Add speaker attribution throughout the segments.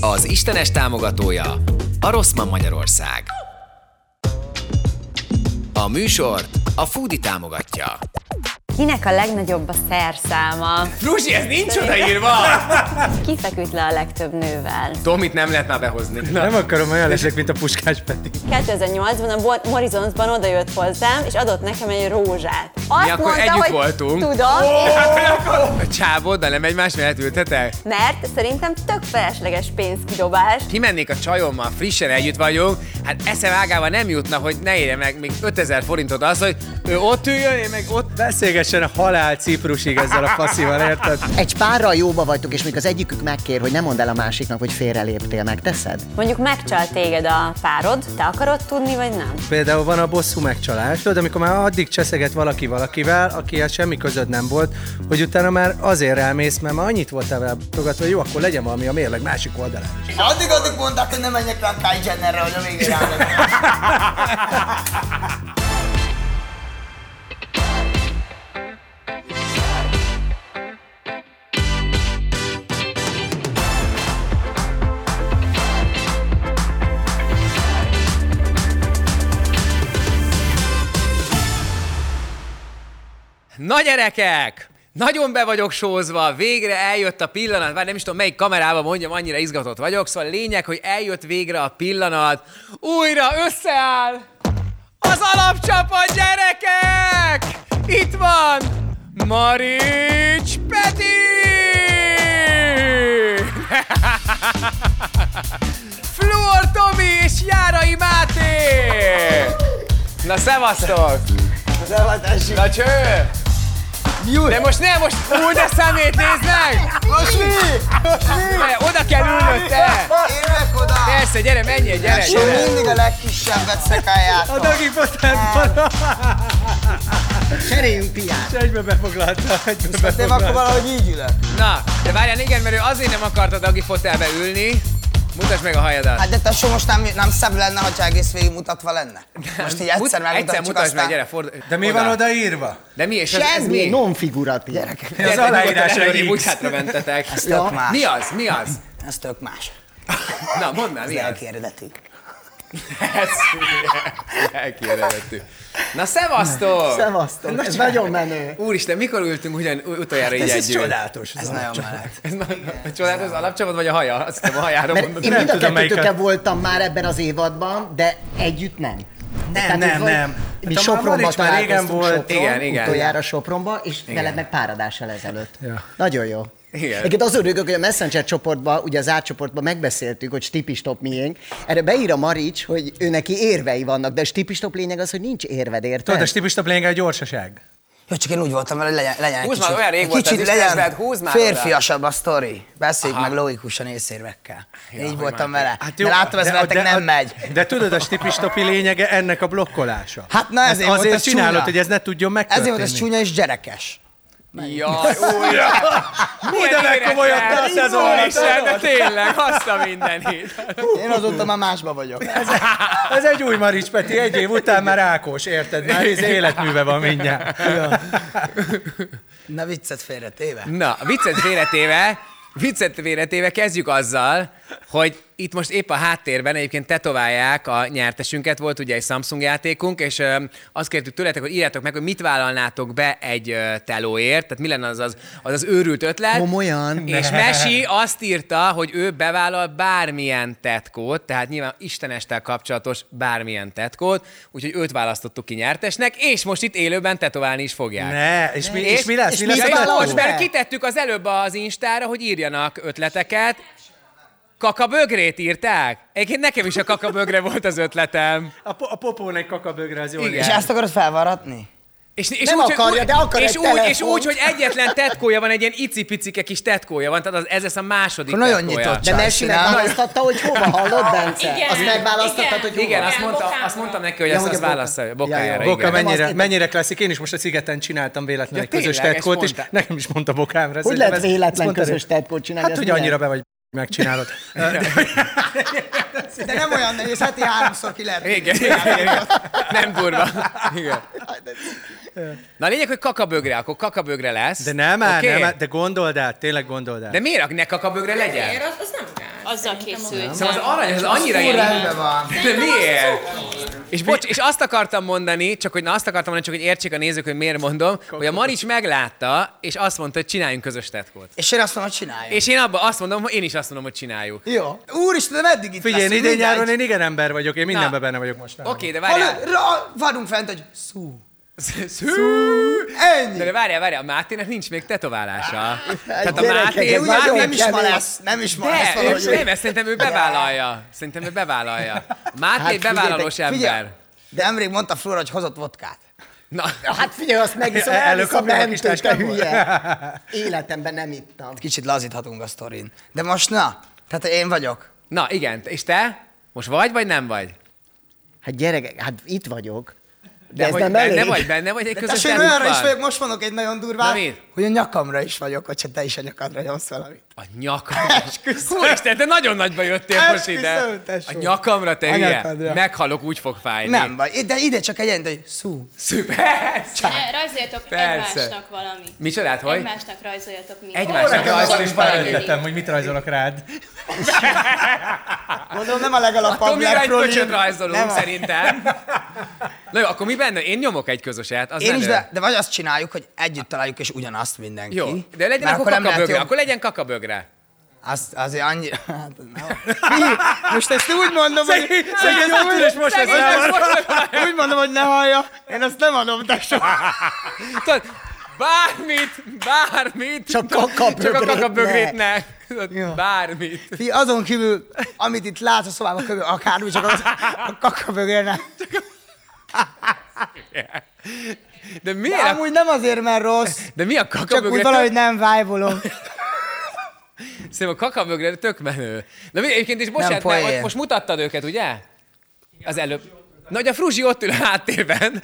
Speaker 1: Az Istenes támogatója a Rosszman Magyarország. A műsort a Foodi támogatja.
Speaker 2: Kinek a legnagyobb a szerszáma?
Speaker 1: Fruzsi, ez nincs odaírva!
Speaker 2: Ki feküdt le a legtöbb nővel?
Speaker 1: Tomit nem lehet már behozni. Na.
Speaker 3: Nem akarom olyan leszek, mint a Puskás Peti.
Speaker 2: 2008-ban a Bor- Morizonsban odajött hozzám, és adott nekem egy rózsát. Azt
Speaker 1: Mi akkor együtt voltunk.
Speaker 2: Tudom,
Speaker 1: A csávod, de nem egymás mellett ültetek?
Speaker 2: mert szerintem tök felesleges pénzkidobás.
Speaker 1: Kimennék a csajommal, frissen együtt vagyunk, hát eszem ágában nem jutna, hogy ne érje meg még 5000 forintot az, hogy ő ott üljön, én meg ott...
Speaker 3: Beszélgessen a halál Ciprusig ezzel a faszival, érted?
Speaker 4: Egy párral jóba vagytok, és még az egyikük megkér, hogy nem mondd el a másiknak, hogy félreléptél, megteszed?
Speaker 2: Mondjuk megcsalt téged a párod, te akarod tudni, vagy nem?
Speaker 3: Például van a bosszú megcsalás, tudod, amikor már addig cseszeget valaki valakivel, akihez semmi közöd nem volt, hogy utána már azért elmész, mert már annyit voltál vele togatva, hogy jó, akkor legyen valami a mérleg másik oldalán is.
Speaker 5: Addig addig mondták, hogy nem menjek rá Kai Jennerre, hogy a végén rámegy.
Speaker 1: Na gyerekek! Nagyon be vagyok sózva, végre eljött a pillanat, már nem is tudom melyik kamerában mondjam, annyira izgatott vagyok, szóval lényeg, hogy eljött végre a pillanat, újra összeáll az alapcsapat gyerekek! Itt van Marics Peti! Fluor Tomi és Járai Máté! Na szevasztok! Na cső! De most nem, most úgy a szemét nézd meg!
Speaker 5: Most mi?
Speaker 1: Ne, oda kell ülnöd te!
Speaker 5: Érvek oda!
Speaker 1: Persze, gyere, menjél, gyere,
Speaker 5: És
Speaker 1: gyere!
Speaker 5: én mindig a legkisebbet
Speaker 3: A
Speaker 5: szekáljátok.
Speaker 3: dagi potentban
Speaker 4: Cseréljünk piát!
Speaker 3: egybe befoglalta, egybe
Speaker 5: Hát Én akkor
Speaker 3: befoglalta.
Speaker 5: valahogy így ülök.
Speaker 1: Na, de várjál, igen, mert ő azért nem akarta Dagi fotelbe ülni. Mutasd meg a hajadat.
Speaker 5: Hát de tesó, most nem, nem szebb lenne, ha egész végig mutatva lenne? Most így
Speaker 1: Mut-
Speaker 5: egyszer
Speaker 1: Egyszer
Speaker 5: megmutatjuk,
Speaker 1: mutasd meg,
Speaker 5: aztán...
Speaker 1: gyere, fordulj.
Speaker 3: De mi van odaírva?
Speaker 1: De mi, és ez, ez
Speaker 4: Semmi,
Speaker 1: mi?
Speaker 4: non-figuratív. Gyerekek.
Speaker 3: Az
Speaker 1: Gyertek,
Speaker 3: aláírás
Speaker 1: nyugodtan,
Speaker 3: egy
Speaker 1: elég, úgy
Speaker 3: X.
Speaker 1: hátra mentetek.
Speaker 5: Ez tök más.
Speaker 1: Mi az? Mi az?
Speaker 5: Ez tök más.
Speaker 1: Na, mondd már, mi az?
Speaker 5: Lelki eredetű.
Speaker 1: Ez elkérdeztük. Na, szevasztok!
Speaker 4: Szevasztok, ez nagyon menő.
Speaker 1: Úristen, mikor ültünk ugyan u-
Speaker 5: Hát
Speaker 1: utoljára így
Speaker 3: Ez, ez
Speaker 1: együtt?
Speaker 3: csodálatos.
Speaker 5: Ez
Speaker 3: az
Speaker 5: nagyon
Speaker 3: alapcsapat.
Speaker 5: meleg.
Speaker 1: Ez na- a csodálatos alapcsapat vagy a haja? Azt hiszem a hajára
Speaker 4: Mert
Speaker 1: mondod.
Speaker 4: én
Speaker 3: Nem
Speaker 4: mind a
Speaker 3: tudom,
Speaker 4: kettőtöke
Speaker 3: melyiket.
Speaker 4: voltam már ebben az évadban, de együtt nem.
Speaker 3: Nem,
Speaker 4: így
Speaker 3: nem,
Speaker 4: vagy-
Speaker 3: nem.
Speaker 4: Mi
Speaker 3: Hát a
Speaker 4: Sopronba
Speaker 3: Marics már régen
Speaker 4: találkoztunk,
Speaker 3: volt.
Speaker 4: Sopron,
Speaker 1: Igen, igen.
Speaker 4: utoljára Sopronba, és veled meg pár adással ezelőtt.
Speaker 3: Ja.
Speaker 4: Nagyon jó.
Speaker 1: Igen.
Speaker 4: Egyébként az örülök, hogy a Messenger csoportban, ugye az átcsoportban megbeszéltük, hogy stipistop miénk. Erre beír a Marics, hogy ő neki érvei vannak, de a stipistop lényeg az, hogy nincs érved, érted?
Speaker 3: Tudod, a stipista a gyorsaság.
Speaker 5: Jó, csak én úgy voltam vele, hogy legyen, legyen egy
Speaker 1: Húzd
Speaker 5: kicsit,
Speaker 1: már, olyan rég
Speaker 5: egy
Speaker 1: volt az
Speaker 5: kicsit
Speaker 1: Isten
Speaker 5: legyen
Speaker 1: veled, húzd már oda.
Speaker 5: férfiasabb a sztori. Beszéljük meg logikusan észérvekkel. Ja,
Speaker 1: hogy
Speaker 5: így voltam
Speaker 1: már-
Speaker 5: vele. Hát jó, de látom, ez veletek nem megy.
Speaker 3: De tudod, a stipistopi lényege ennek a blokkolása.
Speaker 5: Hát na ezért volt
Speaker 3: azért
Speaker 5: ez
Speaker 3: csinálod,
Speaker 5: csúnya.
Speaker 3: hogy ez ne tudjon megtörténni.
Speaker 5: Ezért volt ez csúnya és gyerekes.
Speaker 1: Jaj, újra! Hú,
Speaker 3: de megkomolyodtál a szezon alatt,
Speaker 1: de tényleg, azt a mindenit.
Speaker 5: Én azóta már másba vagyok.
Speaker 3: Ez egy új Marics Peti, egy év után már Ákos, érted? Már ez életműve van mindjárt.
Speaker 5: Na viccet félretéve.
Speaker 1: Na, viccet véletéve, viccet véletéve kezdjük azzal, hogy itt most épp a háttérben egyébként tetoválják a nyertesünket, volt ugye egy Samsung játékunk, és öm, azt kértük tőletek, hogy írjátok meg, hogy mit vállalnátok be egy ö, telóért, tehát mi lenne az az, az, az őrült ötlet.
Speaker 4: Komolyan?
Speaker 1: És Mesi azt írta, hogy ő bevállal bármilyen tetkót, tehát nyilván istenestel kapcsolatos bármilyen tetkót, úgyhogy őt választottuk ki nyertesnek, és most itt élőben tetoválni is fogják.
Speaker 3: Ne, és mi, és, mi lesz?
Speaker 4: és
Speaker 3: mi
Speaker 4: mit
Speaker 3: lesz?
Speaker 1: Ja, jó,
Speaker 4: vállalunk?
Speaker 1: most már
Speaker 4: be?
Speaker 1: kitettük az előbb az Instára, hogy írjanak ötleteket. Kakabögrét írták? Egyébként nekem is a kakabögre volt az ötletem.
Speaker 3: A, po- a popón egy kakabögre az jól
Speaker 1: Igen.
Speaker 5: És
Speaker 3: néz.
Speaker 5: ezt akarod felvarratni?
Speaker 1: És, és
Speaker 4: Nem
Speaker 1: hogy
Speaker 4: akarja, de akar
Speaker 1: és
Speaker 4: egy
Speaker 1: úgy, és
Speaker 4: telefont.
Speaker 1: úgy, hogy egyetlen tetkója van, egy ilyen icipicike kis tetkója van, tehát az, ez lesz a második
Speaker 5: Akkor nagyon
Speaker 1: tetkója.
Speaker 5: nyitott.
Speaker 4: De Messi
Speaker 5: Sajnos,
Speaker 4: megválasztotta, hogy hova hallott, Bence?
Speaker 6: Igen,
Speaker 4: azt megválasztottad,
Speaker 6: igen.
Speaker 4: hogy hova?
Speaker 1: Igen, azt,
Speaker 6: Igen,
Speaker 1: mondta,
Speaker 6: bokára.
Speaker 1: azt mondtam neki, hogy
Speaker 4: Ja,
Speaker 1: azt,
Speaker 4: hogy a
Speaker 1: azt
Speaker 4: boka.
Speaker 1: válaszolja.
Speaker 4: Ja,
Speaker 1: Bokájára,
Speaker 4: ja.
Speaker 3: Boka,
Speaker 1: igen.
Speaker 3: mennyire,
Speaker 4: azt-
Speaker 3: mennyire klasszik. Én is most a szigeten csináltam véletlenül
Speaker 1: Ja,
Speaker 3: egy közös
Speaker 1: tényleg, ezt
Speaker 3: tetkót, és
Speaker 1: mondta.
Speaker 3: nekem is mondta Bokámra.
Speaker 4: Hogy
Speaker 3: szerintem
Speaker 4: lehet
Speaker 3: ez-
Speaker 4: véletlen
Speaker 3: ezt mondta,
Speaker 4: közös
Speaker 3: hogy-
Speaker 4: tetkót csinálni?
Speaker 3: Hát,
Speaker 4: az
Speaker 3: hogy
Speaker 4: milyen?
Speaker 3: annyira be vagy megcsinálod.
Speaker 5: De nem olyan nehéz, heti háromszor ki lehet.
Speaker 1: Igen, igen, igen. Nem durva. Igen. Na a lényeg, hogy kakabögre, akkor kakabögre lesz.
Speaker 3: De nem már,
Speaker 1: Oké?
Speaker 3: nem már, de gondold át, tényleg gondold át.
Speaker 1: De miért ne kakabögre legyen?
Speaker 6: Miért? Az, az nem kell. Azzal készült.
Speaker 1: Szóval az arany, ez annyira ilyen...
Speaker 5: rendben van.
Speaker 1: De miért? És bocs, és azt akartam mondani, csak hogy na azt akartam mondani, csak hogy értsék a nézők, hogy miért mondom, hogy a Marics meglátta, és azt mondta, hogy csináljunk közös tetkót.
Speaker 5: És én azt mondom, hogy csináljuk.
Speaker 1: És én abban azt mondom, hogy én is azt mondom, hogy csináljuk.
Speaker 5: Jó. Úristen, de meddig itt
Speaker 3: Figyelj, én
Speaker 5: leszünk?
Speaker 3: idén nyáron
Speaker 5: Mindegy.
Speaker 3: én igen ember vagyok, én mindenben benne vagyok most.
Speaker 1: Oké, okay, de
Speaker 5: Hallod,
Speaker 1: várjál.
Speaker 5: ra- Vagyunk fent, hogy szú.
Speaker 1: De,
Speaker 5: Ennyi.
Speaker 1: de várjál, várjál, a Mátének nincs még tetoválása. Tehát a
Speaker 4: Hát gyerekek,
Speaker 1: Máté,
Speaker 5: Én
Speaker 4: ez
Speaker 5: úgy
Speaker 4: nagyon
Speaker 5: látom, nem is ma
Speaker 4: kemény.
Speaker 5: lesz, nem is ma lesz
Speaker 1: de, ő,
Speaker 5: valahogy.
Speaker 1: nem, ezt szerintem ő bevállalja. Szerintem ő bevállalja. Máté
Speaker 4: Hát
Speaker 1: hát, bevállalós
Speaker 4: figyeljetek,
Speaker 5: Figyelj,
Speaker 1: ember.
Speaker 5: de nemrég mondta Flóra, hogy hozott vodkát.
Speaker 1: Na,
Speaker 4: Hát figyelj, azt megiszom, elviszom,
Speaker 3: Előkapja a
Speaker 4: nem
Speaker 3: kis
Speaker 4: tök, te
Speaker 3: táskából.
Speaker 4: hülye. Életemben nem ittam.
Speaker 5: Kicsit lazíthatunk a sztorin. De most na, tehát én vagyok.
Speaker 1: na igen, és te? Most vagy, vagy nem vagy?
Speaker 4: Hát gyerekek, hát itt vagyok. De,
Speaker 1: De
Speaker 4: ez
Speaker 1: hogy
Speaker 4: nem elég.
Speaker 1: benne vagy, benne vagy egy
Speaker 5: De
Speaker 1: közös
Speaker 5: sőt, olyanra is
Speaker 1: terület
Speaker 5: vagyok,
Speaker 1: van?
Speaker 5: most mondok egy nagyon
Speaker 1: Na
Speaker 5: durvát,
Speaker 1: mit?
Speaker 5: hogy a nyakamra is vagyok, hogyha te is a nyakadra nyomsz valamit.
Speaker 1: A nyakamra. Úristen, te nagyon nagyba jöttél most ide.
Speaker 5: Esküszöm,
Speaker 1: A
Speaker 5: tesó.
Speaker 1: nyakamra, te
Speaker 5: A
Speaker 1: hülye.
Speaker 5: nyakadra.
Speaker 1: Meghalok, úgy fog fájni.
Speaker 5: Nem baj, de ide csak egy hogy szú.
Speaker 1: Szuper!
Speaker 6: Ne, rajzoljatok
Speaker 1: Persze.
Speaker 6: egymásnak valamit.
Speaker 1: Micsodát, hogy?
Speaker 6: Egymásnak rajzoljatok mindent.
Speaker 1: Egymásnak Ó, nekem rajzol-
Speaker 3: is felejtettem, hogy mit rajzolok rád.
Speaker 5: Gondolom nem a legalapabb
Speaker 1: Akkor mi egy pöcsöt
Speaker 5: legprolin.
Speaker 1: rajzolunk,
Speaker 5: Nem a-
Speaker 1: szerintem. Na jó, akkor mi benne? Én nyomok egy közöset, az
Speaker 5: Én is,
Speaker 1: menő.
Speaker 5: de, de vagy azt csináljuk, hogy együtt találjuk, és ugyanazt mindenki.
Speaker 1: Jó, de legyen
Speaker 5: Mert
Speaker 1: akkor
Speaker 5: nem lehet
Speaker 1: kakabögre.
Speaker 5: jobb.
Speaker 1: Akkor legyen kakabögre.
Speaker 5: Azt azért annyira... Hát, az nem- Mi? Most ezt úgy mondom, hogy...
Speaker 1: szegény
Speaker 5: hogy-
Speaker 1: Attila is most
Speaker 5: szegény
Speaker 1: ezt
Speaker 5: Attila
Speaker 1: elmondta.
Speaker 5: is most- Úgy mondom, hogy ne hallja. Én azt nem adom, de soha.
Speaker 1: Tudod, bármit, bögrét.
Speaker 4: Csak kakabögrét
Speaker 1: Csak a kakabögrét
Speaker 4: ne.
Speaker 1: ne. Tudod, Bármit.
Speaker 5: Fi, azon kívül, amit itt látsz a szobában körül, akármi, csak az, a kakabögérnek.
Speaker 1: De
Speaker 5: De
Speaker 1: miért?
Speaker 5: amúgy nem azért, mert rossz,
Speaker 1: De mi a
Speaker 5: csak úgy
Speaker 1: kakabögre?
Speaker 5: valahogy nem vájbolom.
Speaker 1: Szerintem a kakabögre tök menő. Na mi egyébként is, bocsánat, nem,
Speaker 5: poén.
Speaker 1: mert ott most mutattad őket, ugye? Az előbb. Na, hogy a Fruzsi ott ül a háttérben.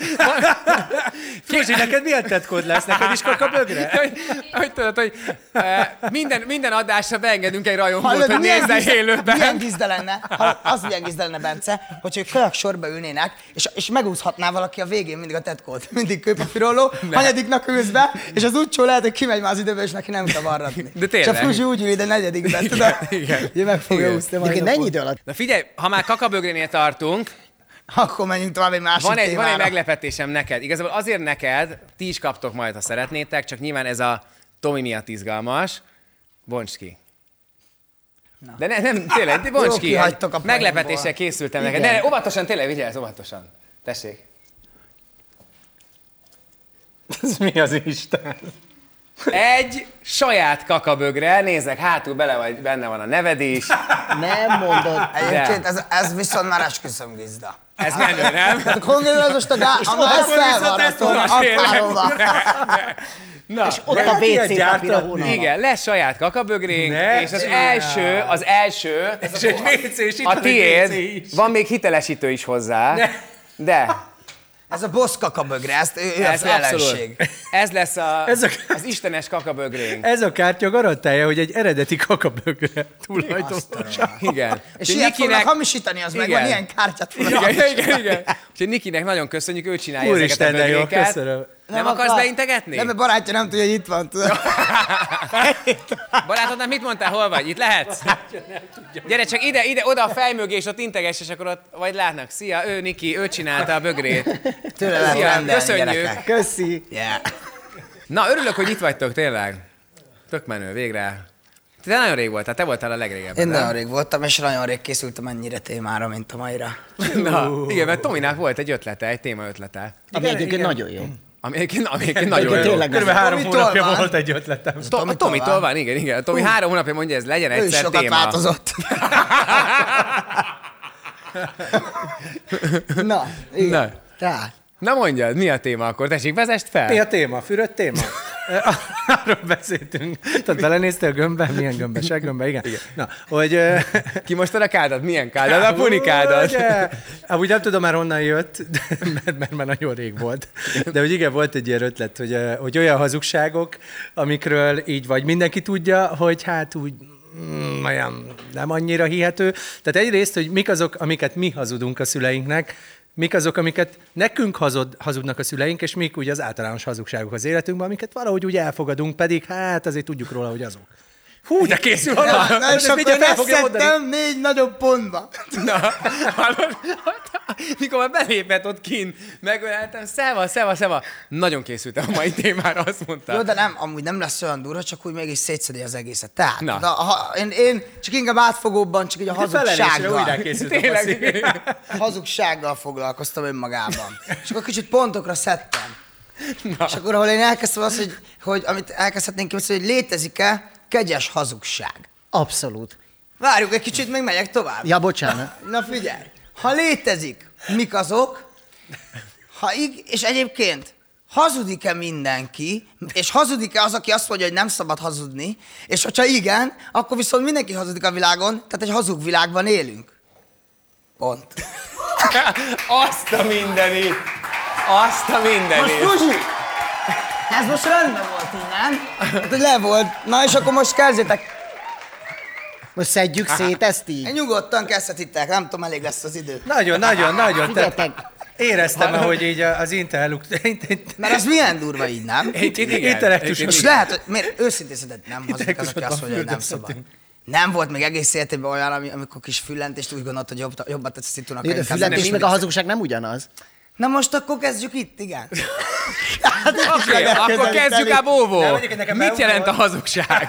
Speaker 3: Fruzsi, neked milyen tetkód lesz? Neked is kakabögre?
Speaker 1: hogy, hogy tudod, hogy e, minden, minden adásra beengedünk egy rajongót,
Speaker 5: Hallod,
Speaker 1: hogy
Speaker 5: milyen
Speaker 1: nézzen
Speaker 5: gizda- Milyen
Speaker 1: élőben.
Speaker 5: gizda lenne, Hallod, az milyen gizda lenne, Bence, hogyha ők kajak sorba ülnének, és, és megúszhatná valaki a végén mindig a tetkót. Mindig kőpapírolló, hanyadiknak ülsz be, és az útcsó lehet, hogy kimegy már az időből, és neki nem kell varratni.
Speaker 1: De tényleg.
Speaker 5: És a Fruzsi úgy ül ide negyedikben, tudod?
Speaker 1: igen.
Speaker 5: Ugye meg fogja
Speaker 1: Igen.
Speaker 5: úszni a mai
Speaker 4: Egyébként mennyi
Speaker 5: napot.
Speaker 4: idő alatt?
Speaker 1: Na figyelj, ha már kakabögrénél tartunk,
Speaker 5: Akkor menjünk tovább egy másik
Speaker 1: van egy, van
Speaker 5: témára.
Speaker 1: egy meglepetésem neked. Igazából azért neked, ti is kaptok majd, ha szeretnétek, csak nyilván ez a Tomi miatt izgalmas. Bonts ki. De ne, nem, tényleg, de bonts
Speaker 5: Jó,
Speaker 1: ki.
Speaker 5: kihagytok a poénból.
Speaker 1: Meglepetéssel készültem neked. Ne, ne, óvatosan, tényleg, vigyázz, óvatosan. Tessék.
Speaker 3: Ez mi az Isten?
Speaker 1: Egy saját kakabögre, nézzek, hátul bele vagy, benne van a neved is.
Speaker 4: Nem mondod.
Speaker 5: Egyébként ez, ez viszont már esküszöm gizda.
Speaker 1: Ez menő, nem?
Speaker 5: Konkrétan ez most a gá... a már
Speaker 4: akkor viszont
Speaker 5: felvarratom,
Speaker 1: ezt tudom,
Speaker 5: apárolva.
Speaker 1: Na,
Speaker 4: Ott
Speaker 3: Lehet
Speaker 4: a
Speaker 3: ilyen
Speaker 4: WC papír a
Speaker 3: gyártatni?
Speaker 4: hónalban.
Speaker 1: igen, lesz saját kakabögrénk,
Speaker 3: Ne
Speaker 1: és az
Speaker 3: csinál.
Speaker 1: első, az első,
Speaker 3: És egy WC is, itt
Speaker 1: a
Speaker 3: van egy
Speaker 1: tiéd,
Speaker 3: WC is.
Speaker 1: van még hitelesítő is hozzá, de
Speaker 5: Ez a boss kakabögre, ezt ő, ő
Speaker 1: ez
Speaker 5: ez a felelség.
Speaker 1: abszolút, ez lesz a,
Speaker 3: Ez a-
Speaker 1: az istenes kakabögrénk.
Speaker 3: Ez a kártya garantálja, hogy egy eredeti kakabögre tulajdonosa.
Speaker 1: Igen.
Speaker 5: És
Speaker 1: Úgyhogy
Speaker 5: ilyet fognak
Speaker 1: Nikinek-
Speaker 5: hamisítani, az meg
Speaker 1: Igen.
Speaker 5: van, ilyen kártyát fognak
Speaker 1: Igen, igen,
Speaker 5: hamisítani.
Speaker 1: igen, igen. Úgyhogy Nikinek nagyon köszönjük, ő csinálja
Speaker 3: Úristen,
Speaker 1: ezeket a
Speaker 3: de jó,
Speaker 1: bögréket.
Speaker 3: köszönöm.
Speaker 1: Nem, akarsz
Speaker 5: akar.
Speaker 1: beintegetni?
Speaker 5: Nem, mert barátja nem tudja, hogy itt van. Tudod.
Speaker 1: Barátodnak mit mondtál, hol vagy? Itt lehetsz?
Speaker 3: Hát,
Speaker 1: Gyere csak ide, ide, oda a fej mögé, és ott integes, és akkor ott vagy látnak. Szia, ő Niki, ő csinálta a bögrét.
Speaker 5: Tőle lehet
Speaker 1: Szia,
Speaker 5: rendelni,
Speaker 1: köszönjük.
Speaker 5: gyerekek.
Speaker 4: Köszi.
Speaker 5: Yeah.
Speaker 1: Na, örülök, hogy itt vagytok, tényleg. Tök menő, végre. Te nagyon rég voltál, te voltál a legrégebben.
Speaker 5: Én
Speaker 1: nem?
Speaker 5: nagyon rég voltam, és nagyon rég készültem ennyire témára, mint a maira.
Speaker 1: Na, igen, mert Tominak volt egy ötlete, egy téma ötlete.
Speaker 4: Ami egyébként nagyon jó.
Speaker 1: Ami egyébként, ami egyébként nagyon jó.
Speaker 4: tényleg.
Speaker 3: Körülbelül három
Speaker 5: Tomitól
Speaker 3: hónapja
Speaker 5: van.
Speaker 3: volt egy ötletem.
Speaker 1: To- a Tomitól van, igen, igen. A Tomi három hónapja mondja, ez legyen
Speaker 5: Ő is
Speaker 1: egyszer
Speaker 5: sokat
Speaker 1: téma.
Speaker 5: változott.
Speaker 4: Na,
Speaker 1: Na,
Speaker 4: tehát.
Speaker 1: na mondjad, mi a téma akkor? Tessék, vezest fel.
Speaker 3: Mi a téma? Fürött téma? Ö, Arról beszéltünk. Tehát belenézte a gömbbe? Milyen gömbbe? Seggömbbe? Igen. igen. Na, hogy... ö,
Speaker 1: Ki most a kádat? Milyen kádat? A punikádat.
Speaker 3: Hát, Ugye? Hát úgy nem tudom már honnan jött, de, mert, mert már nagyon rég volt. De hogy igen, volt egy ilyen ötlet, hogy, ö, hogy olyan hazugságok, amikről így vagy mindenki tudja, hogy hát úgy mm, olyan nem annyira hihető. Tehát egyrészt, hogy mik azok, amiket mi hazudunk a szüleinknek, mik azok, amiket nekünk hazud, hazudnak a szüleink, és mik ugye az általános hazugságok az életünkben, amiket valahogy úgy elfogadunk, pedig hát azért tudjuk róla, hogy azok.
Speaker 1: Hú, de készül haza.
Speaker 5: Na, na, és
Speaker 1: Ezt
Speaker 5: akkor
Speaker 1: mindjárt fel fogja
Speaker 5: leszettem négy nagyobb pontba.
Speaker 1: Na, hallod? Mikor már belépett ott kint, megöleltem, szeva, szeva, szeva. Nagyon készültem a mai témára, azt mondtál.
Speaker 5: Jó, de nem, amúgy nem lesz olyan durva, csak úgy mégis szétszedi az egészet. Tehát,
Speaker 1: Na.
Speaker 5: na. Na, ha, én, én, csak inkább átfogóbban, csak így a
Speaker 3: Felelésre
Speaker 5: hazugsággal.
Speaker 3: újra készült a
Speaker 1: Tényleg.
Speaker 3: faszi.
Speaker 5: hazugsággal foglalkoztam önmagában. És akkor kicsit pontokra szedtem. Na. És akkor, ahol én elkezdtem azt, hogy, hogy amit elkezdhetnénk ki, hogy létezik-e kegyes hazugság.
Speaker 4: Abszolút.
Speaker 5: Várjuk egy kicsit, még megyek tovább.
Speaker 4: Ja, bocsánat.
Speaker 5: Na figyelj, ha létezik, mik azok, ha ig- és egyébként hazudik-e mindenki, és hazudik-e az, aki azt mondja, hogy nem szabad hazudni, és hogyha igen, akkor viszont mindenki hazudik a világon, tehát egy hazug világban élünk. Pont.
Speaker 1: Azt a mindenit. Azt a mindenit.
Speaker 5: Fuzsi! Ez most rendben volt így, nem? Hát, hogy le volt. Na és akkor most kezdjétek.
Speaker 4: Most szedjük szét ezt így.
Speaker 5: Nyugodtan kezdhetitek, nem tudom, elég lesz az idő.
Speaker 3: Nagyon, nagyon, nagyon. Tehát
Speaker 4: Figyeljetek.
Speaker 3: Éreztem, ahogy így a- az interluk...
Speaker 5: Mert az milyen durva így, nem?
Speaker 1: Itt, itt igen.
Speaker 3: Intellektus-
Speaker 1: Itt- itt
Speaker 5: És
Speaker 1: igen.
Speaker 5: lehet, hogy miért őszintén szedett nem hazudik az, aki
Speaker 3: Idegközben
Speaker 5: azt mondja, hogy nem szabad.
Speaker 3: fürdőzhetünk.
Speaker 5: Nem volt még egész életében olyan, ami, amikor kis füllentést úgy gondolt, hogy jobb, jobbat tetsz szitunak.
Speaker 4: De a fületés meg a hazugság nem ugyanaz.
Speaker 5: Na most akkor kezdjük itt, igen.
Speaker 1: Oké, akkor kezdjük el bóvó. Mit jelent a hazugság?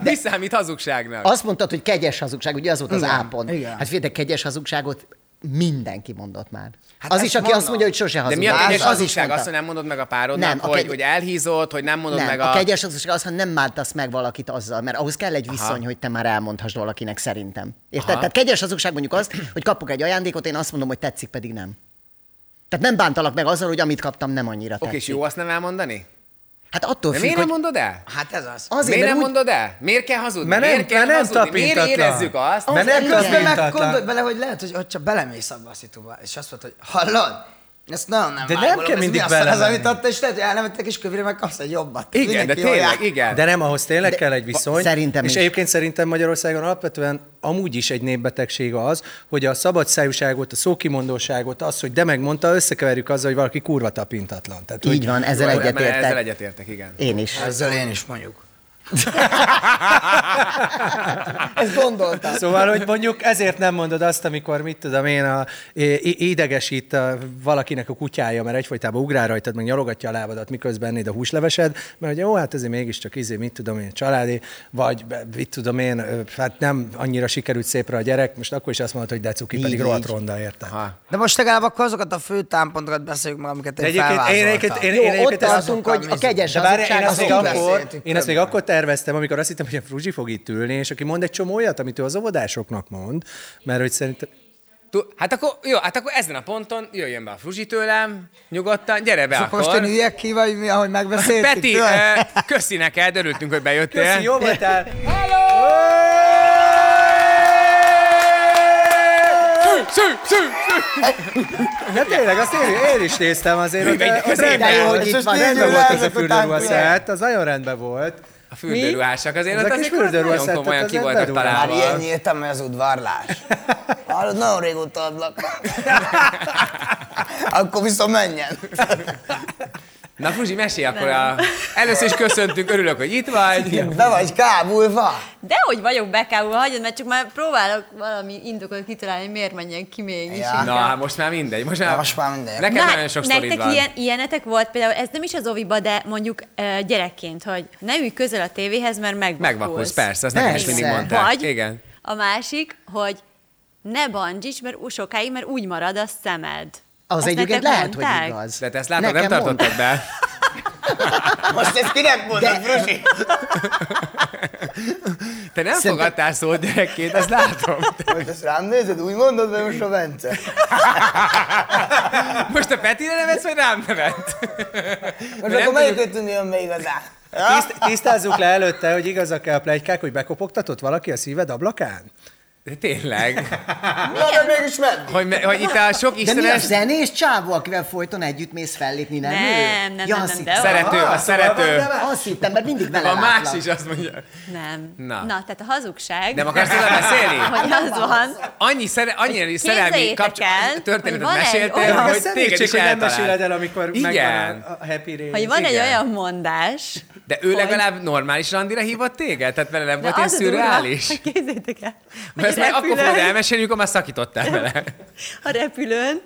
Speaker 1: Mi számít hazugságnak?
Speaker 4: Azt mondtad, hogy kegyes hazugság, ugye az volt az
Speaker 5: Igen,
Speaker 4: ápon.
Speaker 5: igen.
Speaker 4: Hát figyelj, de kegyes hazugságot mindenki mondott már.
Speaker 5: Hát
Speaker 4: az
Speaker 5: ezt
Speaker 4: is, aki
Speaker 5: mondom.
Speaker 4: azt mondja, hogy sose
Speaker 1: De mi
Speaker 4: hazudik.
Speaker 1: a kegyes
Speaker 4: Az- az is
Speaker 1: hazugság?
Speaker 4: mondta.
Speaker 1: Azt, hogy nem mondod meg a párodnak,
Speaker 4: Nem, a
Speaker 1: hogy,
Speaker 4: kegy-
Speaker 1: hogy elhízott, hogy nem mondod
Speaker 4: Nem,
Speaker 1: meg
Speaker 4: a kegyes hazugság az, ha nem bántasz meg valakit azzal, mert ahhoz kell egy viszony, hogy te már elmondhassd valakinek szerintem. Érted?
Speaker 1: Aha.
Speaker 4: Tehát kegyes hazugság mondjuk azt, hogy kapok egy ajándékot, én azt mondom, hogy tetszik, pedig nem. Tehát nem bántalak meg azzal, hogy amit kaptam, nem annyira
Speaker 1: Oké, és
Speaker 4: tetszik.
Speaker 1: jó azt nem elmondani?
Speaker 4: Hát attól
Speaker 1: De
Speaker 4: függ,
Speaker 1: miért
Speaker 4: hogy...
Speaker 1: nem mondod el?
Speaker 5: Hát ez az.
Speaker 4: Azért,
Speaker 1: Miért
Speaker 4: mert
Speaker 1: nem
Speaker 4: úgy-
Speaker 1: mondod el? Miért kell hazudni?
Speaker 3: Mert nem-
Speaker 1: miért kell
Speaker 3: mert nem
Speaker 1: hazudni? Miért
Speaker 3: tapintatlan.
Speaker 1: érezzük azt?
Speaker 4: Az
Speaker 3: Mert nem
Speaker 4: igen.
Speaker 5: Közben meg
Speaker 3: tapintatlan.
Speaker 5: gondolj bele, hogy lehet, hogy, hogy csak belemész abba a szituba, és azt mondod, hogy hallod, Én ezt nagyon nem
Speaker 3: De nem
Speaker 5: vágolom,
Speaker 3: kell
Speaker 5: ez
Speaker 3: mindig
Speaker 5: mi a szar az,
Speaker 3: belemenni.
Speaker 5: amit adta, és lehet, hogy elnevettek, és kövére meg kapsz egy jobbat.
Speaker 1: Igen, de
Speaker 5: Mindenki jól
Speaker 1: tényleg,
Speaker 5: jár.
Speaker 1: igen.
Speaker 3: De nem, ahhoz tényleg kell egy viszony.
Speaker 4: Szerintem
Speaker 3: És
Speaker 4: is.
Speaker 3: egyébként szerintem Magyarországon alapvetően amúgy is egy népbetegség az, hogy a szabadszájúságot, a szókimondóságot, az, hogy de megmondta, összekeverjük azzal, hogy valaki kurva tapintatlan. Tehát,
Speaker 4: Így
Speaker 3: hogy
Speaker 4: van, ezzel
Speaker 1: Jó, ebben Ezzel
Speaker 4: egyetértek.
Speaker 1: egyetértek, igen.
Speaker 4: Én is.
Speaker 5: Ezzel én is mondjuk. Ezt gondoltam.
Speaker 3: Szóval, hogy mondjuk ezért nem mondod azt, amikor, mit tudom én, a, i- i- idegesít a, valakinek a kutyája, mert egyfolytában ugrál rajtad, meg nyalogatja a lábadat, miközben ennéd a húslevesed, mert hogy jó, hát ezért mégiscsak izé, mit tudom én, családi, vagy be- mit tudom én, ö, hát nem annyira sikerült szépre a gyerek, most akkor is azt mondod, hogy de cuki, pedig
Speaker 4: Így,
Speaker 3: rohadt
Speaker 4: így.
Speaker 3: ronda, érted?
Speaker 1: Aha.
Speaker 5: De most legalább akkor azokat a fő támpontokat beszéljük meg, amiket
Speaker 3: De
Speaker 5: én
Speaker 3: egyébként- én
Speaker 5: felvázoltam.
Speaker 3: egyébként- én-
Speaker 4: Jó,
Speaker 3: én
Speaker 4: ott
Speaker 3: egyébként ezt
Speaker 4: tartunk,
Speaker 5: azokkal
Speaker 4: hogy a
Speaker 5: nézzük.
Speaker 4: kegyes
Speaker 3: De bár én
Speaker 4: hazugság
Speaker 3: ezt,
Speaker 4: az
Speaker 3: még
Speaker 5: azon
Speaker 4: igaz.
Speaker 3: akkor,
Speaker 5: beszéltünk
Speaker 3: én ezt még
Speaker 5: többen.
Speaker 3: akkor terveztem, amikor azt hittem, hogy a Fruzsi fog itt ülni, és aki mond egy csomó olyat, amit ő az óvodásoknak mond, mert hogy szerintem...
Speaker 1: Tu- Hát akkor, jó, hát akkor ezen a ponton jöjjön be a fruzsi tőlem, nyugodtan, gyere be
Speaker 5: Csak
Speaker 1: akkor.
Speaker 5: most én üljek ki, vagy mi, ahogy megbeszéltük?
Speaker 1: Peti,
Speaker 5: tudod?
Speaker 1: ö, köszi neked, örültünk, hogy bejöttél.
Speaker 3: Köszi, jó voltál!
Speaker 1: Szű, szű, szű, szű.
Speaker 3: De tényleg, azt én, én is néztem azért, ott,
Speaker 1: Mindenki
Speaker 3: ott
Speaker 1: az
Speaker 3: rendben,
Speaker 4: éjjel.
Speaker 3: volt.
Speaker 4: Hogy
Speaker 3: Ez
Speaker 4: itt
Speaker 3: most
Speaker 4: van,
Speaker 3: rendben
Speaker 5: rendben
Speaker 3: volt az
Speaker 5: volt
Speaker 3: a
Speaker 5: ezek után, ugye?
Speaker 3: fürdőruhaszát, az nagyon rendben volt.
Speaker 1: A fürdőruhásak azért ott
Speaker 3: Ezek is
Speaker 1: azért az
Speaker 3: fürdőruhás
Speaker 1: nagyon
Speaker 3: szettek,
Speaker 1: komolyan
Speaker 3: az
Speaker 1: ki
Speaker 3: egy
Speaker 1: voltak
Speaker 3: bedugás.
Speaker 5: Már
Speaker 1: találva.
Speaker 5: ilyen nyíltam, mert az udvarlás. Hallod, nagyon régóta adlak. Akkor viszont menjen.
Speaker 1: Na Fruzsi, mesélj akkor. A... Először is köszöntünk, örülök, hogy itt vagy.
Speaker 5: Be vagy kábulva.
Speaker 7: Dehogy vagyok bekábulva, hagyod, mert csak már próbálok valami indokot kitalálni, miért menjen ki mégis.
Speaker 5: Ja.
Speaker 1: Na, hát most már mindegy. Most már,
Speaker 5: Na, most már mindegy.
Speaker 1: Neked
Speaker 7: hát
Speaker 1: nagyon sok sztorid
Speaker 7: nektek
Speaker 1: van.
Speaker 7: ilyen, ilyenetek volt például, ez nem is az oviba, de mondjuk uh, gyerekként, hogy ne ülj közel a tévéhez, mert megvakulsz.
Speaker 1: Megvakulsz, persze, azt nekem is
Speaker 4: Persze.
Speaker 1: mindig mondták.
Speaker 7: Vagy
Speaker 1: Igen.
Speaker 7: a másik, hogy ne bandzsics, mert ú- sokáig, mert úgy marad a szemed.
Speaker 4: Az
Speaker 7: Azt
Speaker 4: egyébként
Speaker 7: nektek
Speaker 4: lehet, hogy
Speaker 7: mondták?
Speaker 4: igaz.
Speaker 1: De te ezt látod, nem
Speaker 4: Nekem
Speaker 1: tartottad
Speaker 4: mondták.
Speaker 1: be.
Speaker 5: Most ezt kinek mondod, Fruzsi?
Speaker 1: Te nem fogadtál szót gyerekként, ezt látom.
Speaker 5: Most ezt rám nézed, úgy mondod, vagy most a Bence?
Speaker 1: Most a Petire nevetsz, vagy rám nevet?
Speaker 5: Most
Speaker 1: nem
Speaker 5: akkor melyik tűnő jön be igazán?
Speaker 3: Tiszt, tisztázzuk le előtte, hogy igazak-e a plegykák, hogy bekopogtatott valaki a szíved ablakán?
Speaker 1: De tényleg. Hát
Speaker 5: Na, de mégis meddig?
Speaker 1: Hogy, me- hogy itt a sok
Speaker 4: De mi a
Speaker 1: istenes
Speaker 4: zenés csávó, akivel folyton együtt mész fellépni, nem? ő?
Speaker 7: Nem, nem,
Speaker 4: Ja,
Speaker 7: nem,
Speaker 4: azt
Speaker 7: nem,
Speaker 4: hittem.
Speaker 7: de-
Speaker 1: szerető, a szerető.
Speaker 4: Azt hittem, mert mindig vele
Speaker 1: A más
Speaker 4: látlak.
Speaker 1: is azt mondja.
Speaker 7: Nem.
Speaker 1: Na.
Speaker 7: Na. Na, tehát a hazugság.
Speaker 1: Nem akarsz róla beszélni?
Speaker 7: hogy az van,
Speaker 1: Annyi, szere, annyi szerelmi
Speaker 7: Képzeljétek el,
Speaker 1: kapcsolat
Speaker 7: hogy
Speaker 1: történetet
Speaker 7: van egy
Speaker 1: meséltél,
Speaker 7: olyan-
Speaker 1: hogy
Speaker 3: Ezt
Speaker 1: téged
Speaker 3: szerencsés,
Speaker 1: is
Speaker 3: hogy nem
Speaker 1: eltalált.
Speaker 3: meséled el, amikor megvan
Speaker 1: Igen.
Speaker 3: a, a happy rész.
Speaker 7: hogy van egy
Speaker 1: Igen.
Speaker 7: olyan mondás,
Speaker 1: De ő
Speaker 7: Hogy?
Speaker 1: legalább normális randira hívott téged? Tehát vele nem
Speaker 7: de
Speaker 1: volt ilyen
Speaker 7: az a durva,
Speaker 1: szürreális?
Speaker 7: hogy Képzeljétek el, hogy
Speaker 1: Mert ezt már akkor fogod
Speaker 7: repülőn-
Speaker 1: elmesélni, amikor már szakítottál vele.
Speaker 7: a repülőn.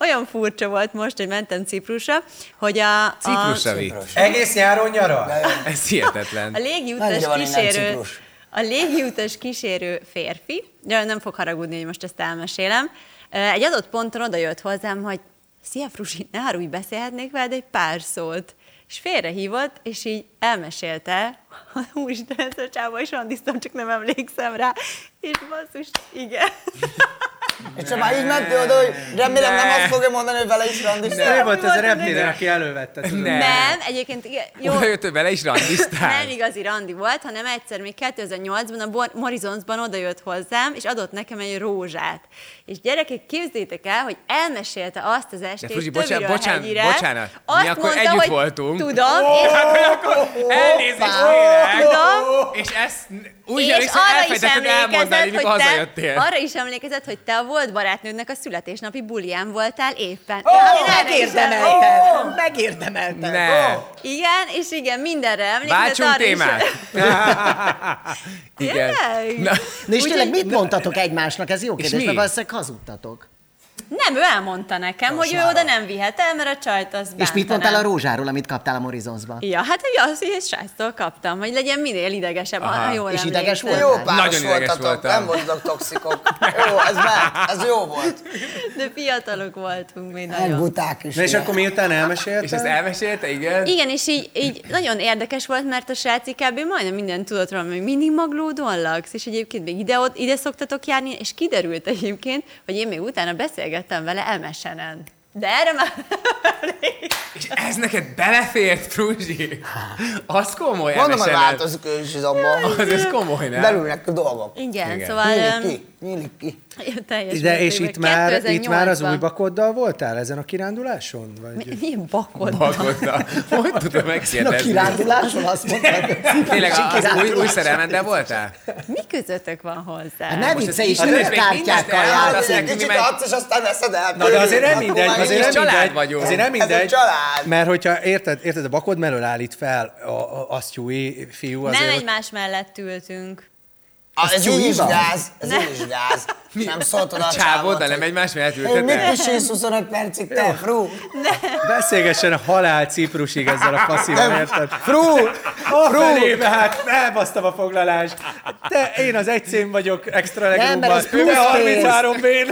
Speaker 7: Olyan furcsa volt most, hogy mentem Ciprusra, hogy a, a,
Speaker 1: Ciprusra vitt.
Speaker 3: Egész nyáron nyara?
Speaker 1: Ez
Speaker 7: a
Speaker 1: hihetetlen.
Speaker 7: légiutas
Speaker 5: Annyira van innen
Speaker 7: kísérő,
Speaker 5: Ciprus.
Speaker 7: a légiutas kísérő férfi, de nem fog haragudni, hogy most ezt elmesélem, egy adott ponton odajött hozzám, hogy szia Frusi, ne haragudj, beszélhetnék veled egy pár szót. És félrehívott, és így elmesélte, úristen, ezt a csába is randiztam, csak nem emlékszem rá. És basszus, igen.
Speaker 5: És csak már így mentél oda, hogy remélem nem azt fogja mondani, hogy vele is
Speaker 3: Ő
Speaker 5: randiztál.
Speaker 3: volt az a
Speaker 7: volt a
Speaker 3: repnél,
Speaker 7: negyed?
Speaker 3: aki elővette. tudod.
Speaker 1: Ne.
Speaker 7: Nem, egyébként igen, jó,
Speaker 1: Oda jött, hogy vele is randiztál.
Speaker 7: Nem igazi randi volt, hanem egyszer még 2008-ban a Bor- Morizonsban odajött hozzám, és adott nekem egy rózsát. És gyerekek, képzétek el, hogy elmesélte azt az estét
Speaker 1: Fruzsi,
Speaker 7: többiről
Speaker 1: bocsánat, bocsánat,
Speaker 7: hegyire.
Speaker 1: bocsánat. Mi
Speaker 7: Azt
Speaker 1: akkor
Speaker 7: mondta,
Speaker 1: együtt
Speaker 7: hogy
Speaker 1: voltunk. hát
Speaker 7: Tudom, oh! és
Speaker 1: Elnézést tényleg!
Speaker 7: tudom,
Speaker 1: És ezt úgy
Speaker 7: és
Speaker 1: emlékszem,
Speaker 7: arra is
Speaker 1: elfelejtetted elmondani,
Speaker 7: emlékezett,
Speaker 1: mikor
Speaker 7: hogy te,
Speaker 1: hazajöttél.
Speaker 7: arra is emlékezett, hogy te a volt barátnődnek a születésnapi bulián voltál éppen. Oh!
Speaker 1: hát
Speaker 4: Megérdemelted. Megérdemelted.
Speaker 1: Ne.
Speaker 7: Igen, és igen, mindenre emlékezett.
Speaker 1: Váltsunk
Speaker 7: arra is-
Speaker 1: témát. Igen.
Speaker 7: Tényleg?
Speaker 1: Na,
Speaker 4: Na és
Speaker 7: Úgyhogy-
Speaker 4: tényleg mit mondtatok egymásnak? Ez jó kérdés,
Speaker 1: mi?
Speaker 4: mert valószínűleg hazudtatok.
Speaker 7: Nem, ő elmondta nekem, hogy ő oda nem vihet el, mert a csajt az
Speaker 4: És mit
Speaker 7: bántaná.
Speaker 4: mondtál a rózsáról, amit kaptál a Morizonsba?
Speaker 7: Ja, hát ugye azt, hogy egy sráctól kaptam, hogy legyen minél idegesebb,
Speaker 1: Aha.
Speaker 7: ha jól
Speaker 4: És
Speaker 7: emlékszem.
Speaker 4: ideges volt?
Speaker 5: Jó páros
Speaker 1: Nagyon ideges
Speaker 5: voltatok,
Speaker 1: voltam.
Speaker 5: nem voltatok toxikok. Jó, ez meg, ez jó volt.
Speaker 7: De fiatalok voltunk
Speaker 4: Hát
Speaker 7: még nagyon.
Speaker 5: Elbuták is.
Speaker 3: Na és akkor miután elmesélted?
Speaker 1: És ezt elmesélte, igen?
Speaker 7: Igen, és így, így nagyon érdekes volt, mert a srác kb. majdnem minden tudott róla, hogy mindig maglódon laksz, és egyébként még ide, ott, ide szoktatok járni, és kiderült egyébként, hogy én még utána beszélgettem vele emesenen. De erre már
Speaker 1: És ez neked belefért, Fruzsi? Az komoly,
Speaker 5: Mondom, hogy
Speaker 1: MSN-en.
Speaker 5: változik ő is az abban.
Speaker 1: Az ez komoly, nem?
Speaker 5: Belülnek a dolgok.
Speaker 7: Igen,
Speaker 1: Igen.
Speaker 7: Igen, szóval...
Speaker 5: Nyílik
Speaker 7: öm,
Speaker 5: ki, nyílik ki.
Speaker 7: teljes
Speaker 3: De és
Speaker 7: mértékben.
Speaker 3: itt már, itt már az
Speaker 7: 2008-ban.
Speaker 3: új bakoddal voltál ezen a kiránduláson? Vagy?
Speaker 7: Mi- Milyen bakod?
Speaker 1: Balkodta. Hogy tudom
Speaker 4: Na
Speaker 1: megkérdezni?
Speaker 4: kirándulásról azt mondtad.
Speaker 1: Tényleg,
Speaker 4: Ciprusi
Speaker 1: az új, új
Speaker 4: kirándulás.
Speaker 1: szerelmeddel voltál?
Speaker 7: Mi közöttök van hozzá?
Speaker 4: Hát Ne vicce is,
Speaker 1: Hát ez még
Speaker 4: kártyákkal
Speaker 1: mindent elmond,
Speaker 4: jársz.
Speaker 1: azt
Speaker 5: Egy
Speaker 1: nekünk
Speaker 5: kicsit
Speaker 1: mi meg-
Speaker 5: adsz, és aztán veszed el. Hát
Speaker 3: Na de azért nem
Speaker 5: Akkor
Speaker 3: mindegy,
Speaker 5: már
Speaker 1: mi
Speaker 3: azért
Speaker 1: is
Speaker 3: nem
Speaker 1: család
Speaker 3: mindegy,
Speaker 1: vagyunk.
Speaker 3: azért nem
Speaker 5: Ez egy
Speaker 3: mindegy,
Speaker 5: család.
Speaker 3: mert hogyha érted, érted, a bakod mellől állít fel a, a asztyúi fiú azért,
Speaker 7: Nem
Speaker 3: hogy-
Speaker 7: egymás mellett ültünk.
Speaker 5: Ah, ez
Speaker 4: Csúnya
Speaker 5: így is
Speaker 4: van.
Speaker 5: gáz, ez így is gáz. Nem szóltad a
Speaker 1: A csávod,
Speaker 5: csávot,
Speaker 1: de
Speaker 5: hogy-
Speaker 1: nem egymás mellett
Speaker 5: Én mit
Speaker 1: ültetek?
Speaker 5: is 25 percig, te, frú?
Speaker 3: Beszélgessen a halál Ciprusig ezzel a faszival, érted?
Speaker 5: Frú!
Speaker 3: Felébe, hát elbasztam a foglalást. Te, én az egy cím vagyok, extra legrúban.
Speaker 4: mert az
Speaker 3: Ő
Speaker 4: plusz
Speaker 3: meg
Speaker 4: pénz.
Speaker 3: 33 bén.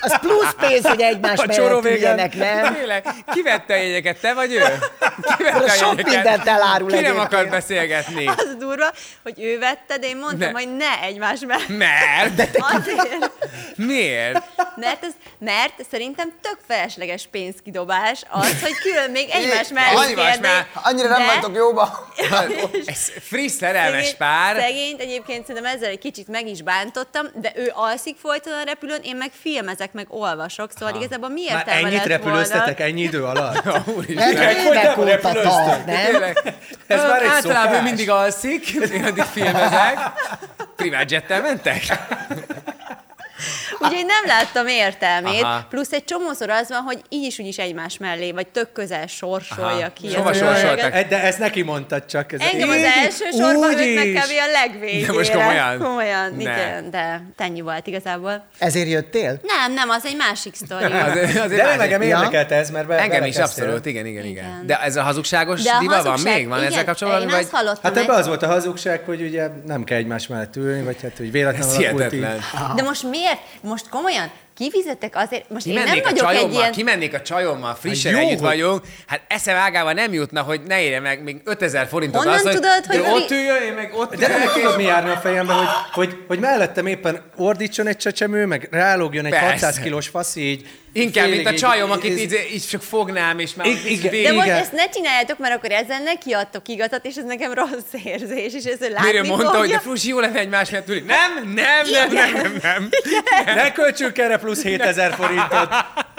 Speaker 4: Az plusz pénz, hogy egymás
Speaker 3: A csóró
Speaker 4: mellett
Speaker 3: végén.
Speaker 4: üljenek, nem?
Speaker 1: Tényleg, ki vette a jegyeket, te vagy ő? Ki vette
Speaker 4: Akkor
Speaker 1: a
Speaker 4: sok mindent
Speaker 1: jegyeket?
Speaker 4: elárul
Speaker 1: Ki nem
Speaker 4: egyébként.
Speaker 1: akar beszélgetni?
Speaker 7: Az durva, hogy ő vette, de én mondtam,
Speaker 1: Ne.
Speaker 7: hogy ne egymás mellett.
Speaker 1: Mert?
Speaker 7: Azért,
Speaker 1: Miért?
Speaker 7: mert, ez, mert szerintem tök felesleges pénzkidobás az, hogy külön még egymás
Speaker 5: Jé,
Speaker 7: mellett
Speaker 1: hagyj más
Speaker 7: kérdés.
Speaker 1: már,
Speaker 5: Annyira nem
Speaker 7: De
Speaker 5: vagytok jóba.
Speaker 1: Ez friss szerelmes
Speaker 7: szegény-
Speaker 1: pár.
Speaker 7: Szegényt egyébként szerintem ezzel egy kicsit meg is bántottam, de ő alszik folyton a repülőn, én meg filmezek, meg olvasok, szóval igazából mi
Speaker 3: Már
Speaker 7: értelme
Speaker 3: ennyit
Speaker 7: lett volna?
Speaker 3: repülőztetek ennyi idő alatt?
Speaker 4: Mert Hát, évek
Speaker 3: folytában
Speaker 4: óta tart, nem?
Speaker 1: Tényleg.
Speaker 3: Ez már egy
Speaker 1: Általában ő
Speaker 3: szokás.
Speaker 1: mindig alszik, én addig filmezek. Privát jettel mentek?
Speaker 7: Úgyhogy nem láttam értelmét,
Speaker 1: Aha.
Speaker 7: Aha. plusz egy csomószor az van, hogy így is úgy is egymás mellé, vagy tök közel sorsolja
Speaker 1: Aha.
Speaker 7: ki.
Speaker 1: Sova
Speaker 7: ezt a
Speaker 1: sorsolták.
Speaker 7: szöveget.
Speaker 3: E, De ezt neki mondtad csak. Ez
Speaker 7: Engem az
Speaker 3: Így,
Speaker 7: első sorban
Speaker 3: úgy
Speaker 7: őt meg
Speaker 3: is.
Speaker 7: kb. a legvégére.
Speaker 1: De most komolyan?
Speaker 7: Komolyan,
Speaker 1: Ne.
Speaker 7: igen, de ennyi volt igazából.
Speaker 4: Ezért jöttél?
Speaker 7: Nem, nem, az egy másik sztori.
Speaker 1: Az, azért
Speaker 3: De
Speaker 1: másik.
Speaker 3: engem érdekelte ez, mert be-
Speaker 1: Engem is
Speaker 3: belekezdtél.
Speaker 1: abszolút, igen, igen, igen,
Speaker 7: Igen.
Speaker 1: De ez a hazugságos
Speaker 7: De a
Speaker 1: diva van
Speaker 7: hazugság-
Speaker 1: még? Van
Speaker 7: igen,
Speaker 1: ezzel kapcsolatban?
Speaker 7: Én
Speaker 1: Vagy...
Speaker 7: azt hallottam.
Speaker 3: Hát ebbe
Speaker 7: egy-
Speaker 3: az volt a hazugság, hogy ugye nem kell egymás mellett ülni, vagy hát, hogy
Speaker 1: Ez
Speaker 3: véletlenül alakult így.
Speaker 1: hihetetlen.
Speaker 7: De most miért? Most komolyan? kivizetek azért, most én nem
Speaker 1: Kimennék a
Speaker 7: vagyok egy
Speaker 1: csajommal,
Speaker 7: ilyen...
Speaker 1: kimennék a csajommal, frissen
Speaker 3: Hát jó,
Speaker 1: együtt
Speaker 3: hogy-
Speaker 1: vagyunk, hát eszem ágával nem jutna, hogy ne érje meg még 5000 forintot
Speaker 7: Honnan
Speaker 1: az,
Speaker 7: tudod,
Speaker 1: hogy,
Speaker 7: hogy
Speaker 1: ő
Speaker 7: Lori-
Speaker 1: ott üljön, én meg ott
Speaker 3: De nem
Speaker 1: üljek,
Speaker 3: hogy tudod,
Speaker 1: és-
Speaker 3: mi járna a fejembe, hogy, hogy, hogy mellettem éppen ordítson egy csecsemő, meg rálógjon egy
Speaker 1: Persze.
Speaker 3: 600 kilós fasz így.
Speaker 1: Inkább, mint
Speaker 3: félig
Speaker 1: a csajom,
Speaker 3: így-
Speaker 1: akit izé-
Speaker 3: így-
Speaker 1: így, így csak fognám, és már
Speaker 3: I-
Speaker 1: ott így
Speaker 3: igen.
Speaker 1: végig-
Speaker 7: De most
Speaker 3: Igen.
Speaker 7: ezt ne csináljátok, mert akkor ezzel nekiadtok igazat, és ez nekem rossz érzés, és ezzel látni
Speaker 1: Mire mondta, hogy de
Speaker 7: fogja.
Speaker 1: Frusi, jó lenne egymás mellett ülni. Nem, nem, nem, nem, nem, nem.
Speaker 3: Ne költsünk erre plusz 7000 forintot.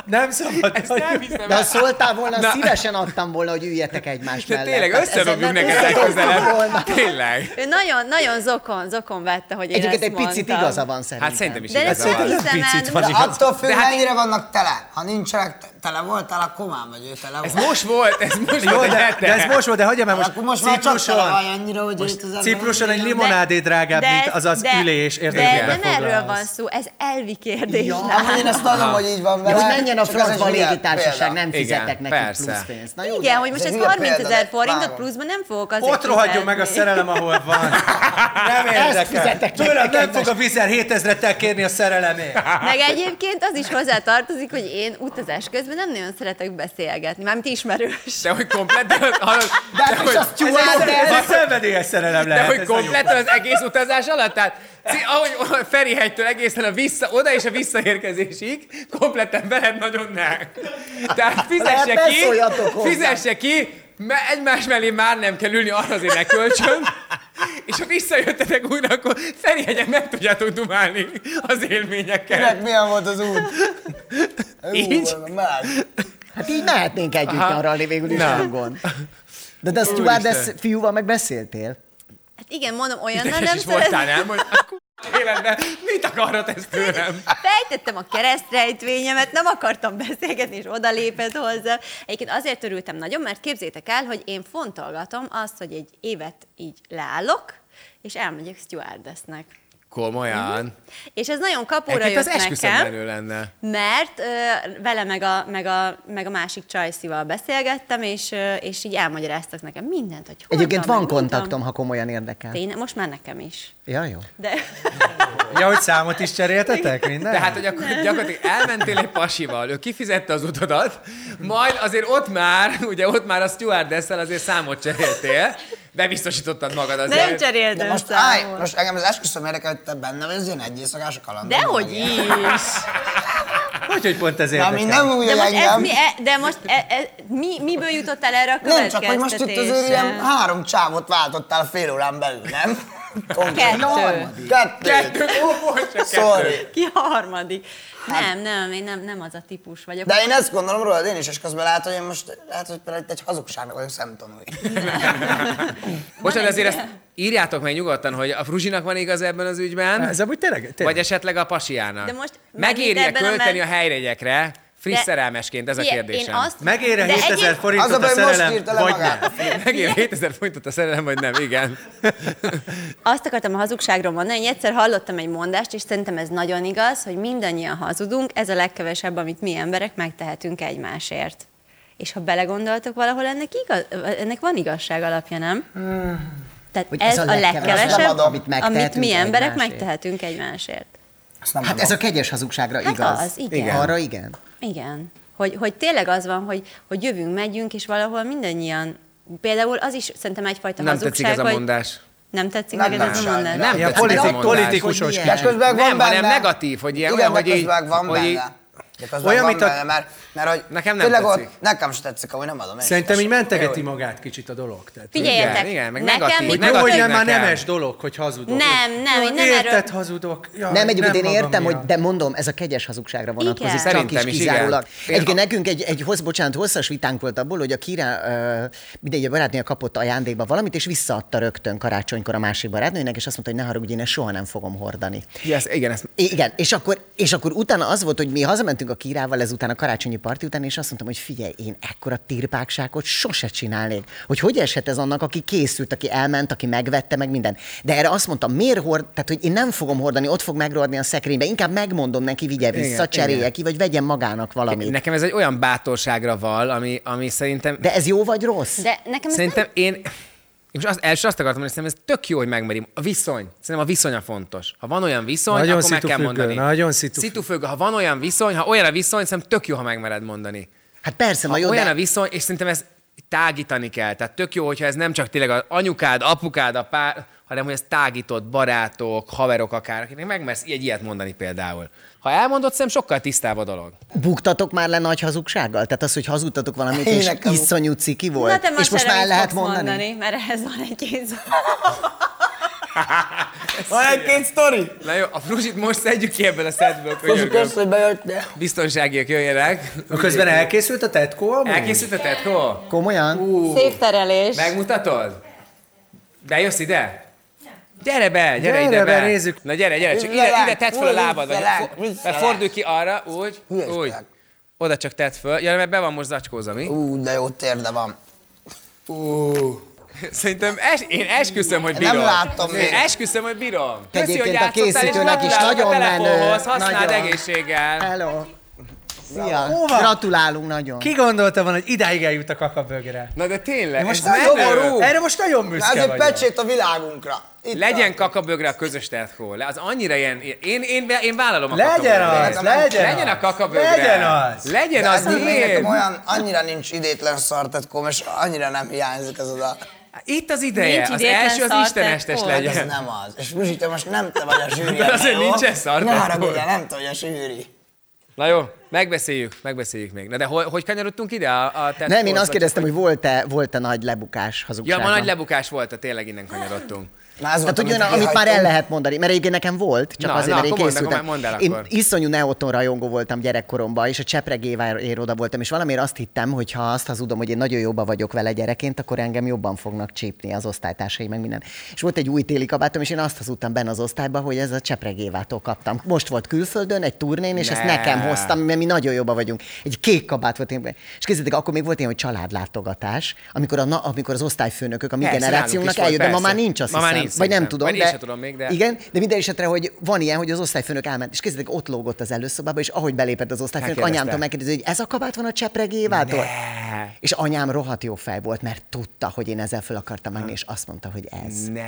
Speaker 3: Nem szabad.
Speaker 1: Ezt nem hiszem.
Speaker 4: De ha szóltál volna,
Speaker 1: Na.
Speaker 4: szívesen adtam volna, hogy üljetek egymás
Speaker 1: De
Speaker 4: mellett. Hát
Speaker 1: tényleg
Speaker 4: Tehát
Speaker 1: összedobjuk
Speaker 7: ezen nem
Speaker 1: neked
Speaker 4: összedobtuk
Speaker 1: legközelebb.
Speaker 4: volna.
Speaker 1: Tényleg.
Speaker 7: Ő nagyon, nagyon zokon, zokon vette, hogy én
Speaker 4: Egyébként
Speaker 7: ezt
Speaker 4: egy picit
Speaker 7: mondtam.
Speaker 4: igaza van szerintem.
Speaker 1: Hát szerintem is
Speaker 7: De
Speaker 1: igaza
Speaker 7: ezt nem
Speaker 1: van.
Speaker 3: Szerintem
Speaker 7: hiszem
Speaker 3: picit
Speaker 7: el.
Speaker 3: van
Speaker 7: De
Speaker 3: igaz.
Speaker 5: Attól függ,
Speaker 1: De hát-
Speaker 5: mennyire vannak tele. Ha nincsenek, te- tele voltál, akkor már vagy ő tele
Speaker 1: Ez
Speaker 5: volt.
Speaker 1: most volt, ez most
Speaker 3: Jó,
Speaker 1: volt egy
Speaker 3: de, de
Speaker 1: hete.
Speaker 3: ez most volt, de hagyjam el most
Speaker 5: Akkor most már csak tele vagy
Speaker 3: Cipruson.
Speaker 5: annyira, hogy most
Speaker 3: Cipruson egy limonádé drágább, mint az az ülés. Érted?
Speaker 7: De
Speaker 3: Igen.
Speaker 7: nem erről
Speaker 3: Foglalsz.
Speaker 7: van szó, ez elvi kérdés. Hát,
Speaker 4: Ja,
Speaker 7: Nála.
Speaker 5: Én ezt tudom, hogy így van
Speaker 4: De
Speaker 5: vele.
Speaker 4: hogy menjen a
Speaker 5: csak ez egy
Speaker 4: francba a
Speaker 5: hülye
Speaker 4: légitársaság, nem
Speaker 1: Igen,
Speaker 4: fizetek neki
Speaker 1: persze.
Speaker 4: plusz pénzt. Na jó,
Speaker 7: Igen,
Speaker 4: de-
Speaker 7: hogy most
Speaker 5: ez
Speaker 7: ez
Speaker 5: hülye
Speaker 7: 30
Speaker 5: példa,
Speaker 7: ezer
Speaker 5: de
Speaker 7: forintot
Speaker 5: vágom.
Speaker 7: pluszban nem fogok azért
Speaker 3: Ott rohadjon
Speaker 7: fizetni.
Speaker 3: meg a szerelem, ahol van. Nem érdekel.
Speaker 4: fizetek
Speaker 3: Tőlem
Speaker 4: neked
Speaker 3: nem fog a vízer 7000-et kérni a szerelemért.
Speaker 7: Meg egyébként az is hozzá tartozik, hogy én utazás közben nem nagyon szeretek beszélgetni, mármint ismerős.
Speaker 1: De hogy komplet, de, hallod,
Speaker 4: De hát most
Speaker 1: hogy-
Speaker 4: azt
Speaker 1: ez-
Speaker 4: tyúváld
Speaker 3: Ez
Speaker 4: el!
Speaker 3: egy szenvedélyes szerelem
Speaker 1: De
Speaker 3: lehet.
Speaker 1: hogy
Speaker 3: ez a jó.
Speaker 1: kompletten az egész utazás alatt? Tehát, ci- ahogy Ferihegytől egészen a vissza, oda és a visszaérkezésig, kompletten veled nagyon ne. Tehát fizesse
Speaker 4: Lehet,
Speaker 1: ki,
Speaker 4: beszóljatok hozzá.
Speaker 1: fizesse ki, mert egymás mellé már nem kell ülni, arra azért ne kölcsön. És ha visszajöttetek újra, akkor Ferihegyen meg tudjátok dumálni az élményeket.
Speaker 5: Kinek milyen volt az út?
Speaker 1: Így?
Speaker 5: Ú, meleg.
Speaker 4: Hát így mehetnénk együtt
Speaker 1: Aha.
Speaker 4: nyaralni végül is,
Speaker 1: Na.
Speaker 4: nem gond. De, de a stewardess fiúval meg beszéltél?
Speaker 7: Hát igen, mondom, olyannal
Speaker 1: Ideges
Speaker 7: nem
Speaker 1: is voltál,
Speaker 7: szeretek.
Speaker 1: nem? Hogy a kurva életben mit akarhat ez tőlem?
Speaker 7: Fejtettem a keresztrejtvényemet, nem akartam beszélgetni, és odalépett hozzá. Egyébként azért örültem nagyon, mert képzétek el, hogy én fontolgatom azt, hogy egy évet így leállok, és elmegyek stewardessnek.
Speaker 1: Komolyan.
Speaker 7: És ez nagyon kapóra
Speaker 1: Egyébként az
Speaker 7: Mhm. jött
Speaker 1: esküszöm
Speaker 7: nekem.
Speaker 1: menő lenne.
Speaker 7: Mert ö, vele meg a, meg, a, meg a másik csajszival beszélgettem, és, ö, és így elmagyaráztak nekem mindent, hogy hol
Speaker 4: Egyébként
Speaker 7: van
Speaker 4: van
Speaker 7: meg mit tudom.
Speaker 4: kontaktom, ha komolyan érdekel.
Speaker 7: Tényleg, most már nekem is.
Speaker 4: Ja, jó.
Speaker 7: De
Speaker 3: Ja, hogy számot is cseréltetek? Minden?
Speaker 1: Tehát, hogy akkor gyakorlatilag elmentél egy pasival, ő kifizette az utadat, majd azért ott már, ugye ott már a stewardess azért számot cseréltél, bebiztosítottad magad
Speaker 7: nem
Speaker 1: azért.
Speaker 5: De
Speaker 7: cseréltem
Speaker 5: most állj,
Speaker 7: számot.
Speaker 5: most engem az esküszöm érdekel, hogy te benne vagy az ilyen egy éjszakás a kalandon.
Speaker 7: Dehogy is.
Speaker 3: Hogy, hogy pont ez
Speaker 5: Na, mi nem
Speaker 3: érdekel?
Speaker 5: úgy,
Speaker 7: De most, ez
Speaker 5: hogy engem.
Speaker 7: mi, e- de most e, e, mi, miből jutottál erre a
Speaker 5: Nem csak, hogy most itt azért ilyen
Speaker 7: következtetésre?
Speaker 5: három csávot váltottál fél órán belül, nem? Konkrétan.
Speaker 7: Kettő.
Speaker 5: Kettő.
Speaker 1: Kettő, ó, most csak kettő.
Speaker 5: Sorry.
Speaker 7: Ki a harmadik? Nem, nem, én nem, nem az a típus vagyok.
Speaker 5: Hát- De én ezt gondolom rólad, én is, és közben lehet, hogy én most, lehet, hogy például itt egy hazugságnak vagyok szemtanúi.
Speaker 1: Bocsánat, azért ezt írjátok meg nyugodtan, hogy a Fruzsinak van igaz ebben az ügyben,
Speaker 3: Ez amúgy tényleg, tényleg.
Speaker 1: vagy esetleg a pasiának.
Speaker 7: De most-
Speaker 1: Megéri-e
Speaker 7: ebben a
Speaker 1: költeni a
Speaker 7: men-
Speaker 1: helyregyekre friss
Speaker 7: De-
Speaker 1: szerelmesként? Ez a
Speaker 7: Figyelj,
Speaker 1: kérdésem.
Speaker 7: Én azt...
Speaker 3: Megér-e
Speaker 7: de
Speaker 3: 7000
Speaker 7: egyéb-
Speaker 5: Az a
Speaker 3: forintot a
Speaker 5: baj, most
Speaker 3: szerelem,
Speaker 5: írta le
Speaker 3: vagy nem?
Speaker 5: magát.
Speaker 1: Megér 7000 forintot a szerelem, vagy nem? Igen.
Speaker 7: Azt akartam a hazugságról mondani, hogy egyszer hallottam egy mondást, és szerintem ez nagyon igaz, hogy mindannyian hazudunk, ez a legkevesebb, amit mi emberek megtehetünk egymásért. És ha belegondoltok valahol, ennek, igaz, ennek van igazság alapja, nem? Tehát
Speaker 4: Hogy
Speaker 7: Hmm. ez, a legkevesebb,
Speaker 5: adom,
Speaker 7: amit,
Speaker 4: amit megtehetünk
Speaker 7: mi emberek
Speaker 4: egymásért.
Speaker 7: megtehetünk egymásért.
Speaker 5: Ezt nem
Speaker 4: Hát ez a kegyes hazugságra
Speaker 7: Hát
Speaker 4: igaz.
Speaker 7: az, igen.
Speaker 4: Arra igen.
Speaker 7: Igen. Hogy, hogy tényleg az van, hogy, hogy jövünk, megyünk, és valahol mindannyian, például az is szerintem egyfajta
Speaker 1: Nem
Speaker 7: hazugság,
Speaker 1: tetszik ez a
Speaker 7: hogy-
Speaker 1: mondás.
Speaker 7: Nem tetszik
Speaker 5: Nem,
Speaker 7: neked ez a
Speaker 5: nem.
Speaker 7: mondás?
Speaker 1: Nem tetszik
Speaker 3: Ilyen
Speaker 1: ez a
Speaker 3: politi-
Speaker 1: mondás.
Speaker 3: politikusos
Speaker 4: Hogy
Speaker 5: De
Speaker 3: kell.
Speaker 5: közben
Speaker 1: Nem,
Speaker 5: van benne.
Speaker 1: hanem negatív, hogy ilyen
Speaker 5: Igen,
Speaker 1: olyan,
Speaker 5: de
Speaker 1: hogy így-
Speaker 5: közben van
Speaker 1: hogy így-
Speaker 5: benne. De közben
Speaker 3: Olyan,
Speaker 5: van
Speaker 3: mint a-
Speaker 5: benne, mert, mert hogy
Speaker 1: Nekem nem
Speaker 5: tényleg
Speaker 1: tetszik.
Speaker 5: Ott, nekem sem tetszik, ahogy nem adom. én is.
Speaker 3: Szerintem így mentegeti
Speaker 5: Jó.
Speaker 3: magát kicsit a dolog. Tehát,
Speaker 7: Figyeljetek,
Speaker 1: Igen, igen, meg negatív,
Speaker 7: nekem
Speaker 1: hogy
Speaker 7: mit
Speaker 3: Jó, hogy
Speaker 1: Negatív
Speaker 3: nem már
Speaker 1: nekem.
Speaker 3: nemes dolog, hogy hazudok.
Speaker 7: Nem, nem, én nem erről-
Speaker 3: Érted, hazudok. Jaj,
Speaker 4: Nem, egyébként én
Speaker 3: magam
Speaker 4: értem,
Speaker 3: miatt.
Speaker 4: hogy de mondom, ez a kegyes hazugságra vonatkozik,
Speaker 7: Igen.
Speaker 4: csak
Speaker 1: Szerintem
Speaker 4: is
Speaker 1: is, igen.
Speaker 4: kizárólag.
Speaker 1: Én-
Speaker 4: Egyébként nekünk egy, egy hossz, bocsánat, hosszas vitánk volt abból, hogy a Kira uh, mindegy, a barátnője kapott ajándékba valamit, és visszaadta rögtön karácsonykor a másik barátnőnek, és azt mondta, hogy ne haragudj, én ezt soha nem fogom hordani.
Speaker 1: Yes, igen, ezt
Speaker 4: Igen, és akkor, és akkor utána az volt, hogy mi hazamentünk a kirával ezután a karácsonyi parti után, és azt mondtam, hogy figyelj, én ekkora tirpákságot sose csinálnék. Hogy hogy eshet ez annak, aki készült, aki elment, aki megvette, meg minden. De erre azt mondtam, miért hord, tehát hogy én nem fogom hordani, ott fog megrohadni a szekrénybe, inkább megmondom neki, vigye vissza,
Speaker 1: Igen,
Speaker 4: igen, cserélje
Speaker 1: igen.
Speaker 4: ki, vagy vegyen magának valamit.
Speaker 1: Nekem ez egy olyan bátorságra val, ami, ami szerintem...
Speaker 4: De ez jó vagy rossz?
Speaker 7: De nekem ez
Speaker 1: szerintem
Speaker 7: nem...
Speaker 1: én... És azt, első azt akartam, hogy szerintem ez tök jó, hogy megmerim. A viszony. Szerintem a viszony a fontos. Ha van olyan viszony,
Speaker 3: Nagyon
Speaker 1: akkor meg kell
Speaker 3: szitufüggő,
Speaker 1: mondani.
Speaker 3: nagyon szitufüggő.
Speaker 1: Szitufüggő. Ha van olyan viszony, ha olyan a viszony, szerintem tök jó, ha megmered mondani.
Speaker 4: Hát persze, na
Speaker 1: Ha
Speaker 4: jó,
Speaker 1: olyan
Speaker 4: de...
Speaker 1: a viszony, és szerintem ez tágítani kell. Tehát tök jó, hogyha ez nem csak tényleg az anyukád, apukád, a pár, hanem hogy ez tágított barátok, haverok akár, akinek megmersz egy ilyet mondani például. Ha elmondod, szerintem sokkal tisztább a dolog.
Speaker 4: Buktatok már le nagy hazugsággal? Tehát az, hogy hazudtatok valamit, és
Speaker 5: Tényleg kamu.
Speaker 4: iszonyú ciki
Speaker 7: Na,
Speaker 4: volt.
Speaker 7: te
Speaker 4: és most már el lehet mondani? mondani.
Speaker 7: mondani. Mert ehhez van egy kéz.
Speaker 5: Van egy-két sztori?
Speaker 1: Na jó, a fruzsit most szedjük ki ebből a szedből,
Speaker 5: Köszönjük,
Speaker 1: könyörgöm.
Speaker 5: azt, hogy bejöttél.
Speaker 1: Biztonságiak jöjjenek.
Speaker 3: Közben elkészült a tetkó amúgy?
Speaker 1: Elkészítetted, Ko?
Speaker 4: Komolyan?
Speaker 7: Szép terelés.
Speaker 1: Megmutatod? De jössz ide? Gyere be, gyere,
Speaker 3: Gyere
Speaker 1: ide be.
Speaker 3: be, nézzük.
Speaker 1: Na gyere, gyere, csak
Speaker 5: Vissza
Speaker 1: ide,
Speaker 5: ránk,
Speaker 1: ide tedd fel a
Speaker 5: új,
Speaker 1: lábad.
Speaker 5: vissza ránk, vissza
Speaker 1: Mert
Speaker 5: ránk.
Speaker 1: fordulj ki arra, úgy,
Speaker 5: Hülyeskedek.
Speaker 1: úgy. Oda csak tedd föl. Ja, mert be van most zacskóza, mi?
Speaker 5: Ú, de jó térde van. Ú,
Speaker 1: Szerintem es, én esküszöm, hogy bírom.
Speaker 5: Nem láttam
Speaker 1: Én
Speaker 5: még.
Speaker 1: esküszöm, hogy bírom. Köszi,
Speaker 4: Egyébként
Speaker 1: hogy
Speaker 4: a
Speaker 1: játszottál, és
Speaker 4: készítőnek is
Speaker 1: gratulálok
Speaker 4: nagyon
Speaker 1: a telefonhoz.
Speaker 4: menő.
Speaker 1: Használd
Speaker 4: Nagyon.
Speaker 1: egészséggel.
Speaker 4: Hello. Szia.
Speaker 3: Hova?
Speaker 4: Gratulálunk nagyon.
Speaker 3: Ki gondolta volna, hogy idáig eljut a kakabögre?
Speaker 1: Na de tényleg,
Speaker 5: most
Speaker 1: ez
Speaker 5: a
Speaker 1: menő.
Speaker 5: nyomorú.
Speaker 3: Erre most nagyon
Speaker 5: Na,
Speaker 3: büszke
Speaker 5: azért
Speaker 3: vagyok.
Speaker 5: pecsét a világunkra. Itt
Speaker 1: Legyen kakabögre a közös tetkó. Le- Az annyira ilyen... Én, én, én, én vállalom a
Speaker 3: Legyen
Speaker 1: kakabögrét.
Speaker 3: az, legyen
Speaker 1: Legyen
Speaker 3: az.
Speaker 1: a kakabögre.
Speaker 3: Legyen az.
Speaker 1: Legyen
Speaker 5: De
Speaker 1: az,
Speaker 5: ez még
Speaker 1: miért?
Speaker 5: nekem olyan, annyira nincs idétlen szartetkom, és annyira nem hiányzik ez oda.
Speaker 1: Itt az ideje.
Speaker 7: Nincs
Speaker 1: az
Speaker 7: idétlen
Speaker 1: első az
Speaker 7: szar
Speaker 1: istenestes
Speaker 7: tetkó.
Speaker 5: Hát ez
Speaker 1: legyen.
Speaker 5: nem az. És Muzsi, te most nem te vagy a zsűri.
Speaker 1: De azért
Speaker 5: jó?
Speaker 1: nincsen szartetkó.
Speaker 5: Ne haragudjál, nem te vagy a zsűri.
Speaker 1: Na jó, megbeszéljük, megbeszéljük még. Na de hogy, hogy kanyarodtunk ide a, a tetkó?
Speaker 4: Nem, én azt kérdeztem, hogy volt-e, volt-e nagy lebukás
Speaker 1: Ja,
Speaker 4: hazugságon.
Speaker 1: ma nagy lebukás volt, a tényleg innen kanyarodtunk.
Speaker 5: Na, ez
Speaker 4: Tehát olyan, amit már el lehet mondani, mert egyébként nekem volt, csak
Speaker 1: Na,
Speaker 4: azért,
Speaker 1: na,
Speaker 4: mert én
Speaker 1: akkor mondd, akkor
Speaker 4: készültem.
Speaker 1: mondd el
Speaker 4: én
Speaker 1: akkor.
Speaker 4: iszonyú neoton rajongó voltam gyerekkoromban, és a Csepregéváért oda voltam, és valamiért azt hittem, hogy ha azt hazudom, hogy én nagyon jobban vagyok vele gyerekként, akkor engem jobban fognak csípni az osztálytársai, meg minden. És volt egy új téli kabátom, és én azt hazudtam benne az osztályba, hogy ez a Csepregévától kaptam. Most volt külföldön egy turnén, és ezt
Speaker 1: Ne.
Speaker 4: nekem hoztam, mert mi nagyon jobban vagyunk. Egy kék kabát volt. én- És kezdjétek, akkor még volt ilyen, hogy családlátogatás, amikor, a, na, amikor az osztályfőnökök a mi
Speaker 1: Persze, nálunk
Speaker 4: generációnak
Speaker 1: is volt,
Speaker 4: eljött, de ma
Speaker 1: persze.
Speaker 4: már nincs, azt
Speaker 1: Ma már
Speaker 4: hiszem.
Speaker 1: nincs
Speaker 4: Vagy nem
Speaker 1: szerintem.
Speaker 4: tudom,
Speaker 1: Vagy én
Speaker 4: de,
Speaker 1: se tudom még, de-
Speaker 4: Igen, igen, de minden esetre, hogy van ilyen, hogy az osztályfőnök elment, és kezdetek ott lógott az előszobába, és ahogy belépett az osztályfőnök,
Speaker 1: Megkérdezte.
Speaker 4: anyámtól megkérdezi, hogy ez a kabát van a csepregévától? És anyám rohadt jó fej volt, mert tudta, hogy én ezzel föl akartam menni, és azt mondta, hogy ez.
Speaker 1: Ne,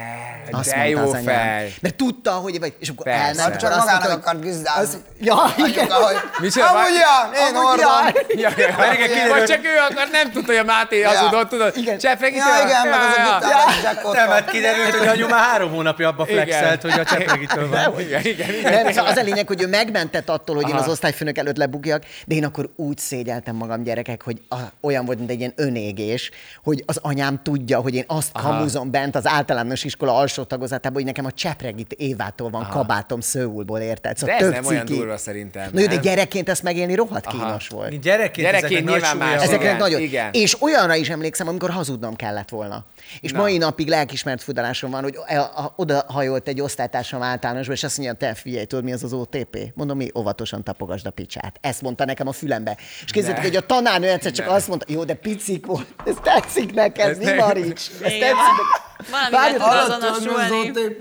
Speaker 4: Azt
Speaker 1: de jó
Speaker 4: az anyám.
Speaker 1: fej.
Speaker 4: Mert tudta, hogy vagy, és akkor
Speaker 1: Persze.
Speaker 4: elment,
Speaker 1: Hát
Speaker 5: Csak
Speaker 4: akkor azt
Speaker 5: magának
Speaker 4: mondta, hogy...
Speaker 5: akart gizdázni.
Speaker 4: Ja, igen.
Speaker 5: Anyuka, hogy...
Speaker 1: Micsoda?
Speaker 5: Amúgy ja, én
Speaker 4: Amúgy
Speaker 5: hordom.
Speaker 4: jaj.
Speaker 1: Ja, ja, ja, igen,
Speaker 5: Ilyen.
Speaker 1: vagy csak ő akar, nem tudta, hogy a Máté hazudott, tudod?
Speaker 4: Igen.
Speaker 1: Csefregi
Speaker 5: Ja, igen, meg azok utána zsakotok.
Speaker 3: Nem, hát kiderült, hogy anyu már három hónapja abba
Speaker 1: Igen.
Speaker 3: flexelt, hogy a csepregitől van.
Speaker 1: Igen, igen, igen.
Speaker 4: Nem, szóval az a lényeg, hogy ő megmentett attól, hogy én az osztályfőnök előtt lebugjak, de én akkor úgy szégyeltem magam gyerekek, hogy a, olyan volt, mint egy ilyen önégés, hogy az anyám tudja, hogy én azt hamuzom bent az általános iskola alsó tagozatában, hogy nekem a csepregit évától van kabátom Szőulból, érted? Szóval
Speaker 1: De ez
Speaker 4: tök
Speaker 1: nem olyan
Speaker 4: ciki.
Speaker 1: durva szerintem,
Speaker 4: Na jó, de
Speaker 1: nem?
Speaker 4: gyerekként ezt megélni rohadt kínos volt.
Speaker 3: Gyerekként,
Speaker 1: Gyerekként
Speaker 3: ezeknek nagy
Speaker 1: nyilván
Speaker 3: súlya
Speaker 1: más.
Speaker 3: van.
Speaker 1: Ezek-
Speaker 4: Ezeknek
Speaker 1: Igen,
Speaker 4: nagyon.
Speaker 1: igen.
Speaker 4: És olyanra is emlékszem, amikor hazudnom kellett volna. És Na. mai napig lelkismert fudalásom van, hogy a- a- odahajolt egy osztálytársam általánosba, és azt mondja, te figyelj, tudod, mi az az OTP? Mondom, mi óvatosan tapogasd a picsát. Ezt mondta nekem a fülembe. És képzeljétek, hogy a tanárnő egyszer csak
Speaker 1: Ne.
Speaker 4: azt mondta, jó, de picik volt, ez tetszik neked,
Speaker 1: Ez
Speaker 4: ez mi
Speaker 1: ne-
Speaker 4: Marics? Ez tetszik
Speaker 7: Igen.
Speaker 4: neked.
Speaker 7: Valamivel
Speaker 4: Várj,
Speaker 7: tud
Speaker 4: hallott,
Speaker 7: azonosulni.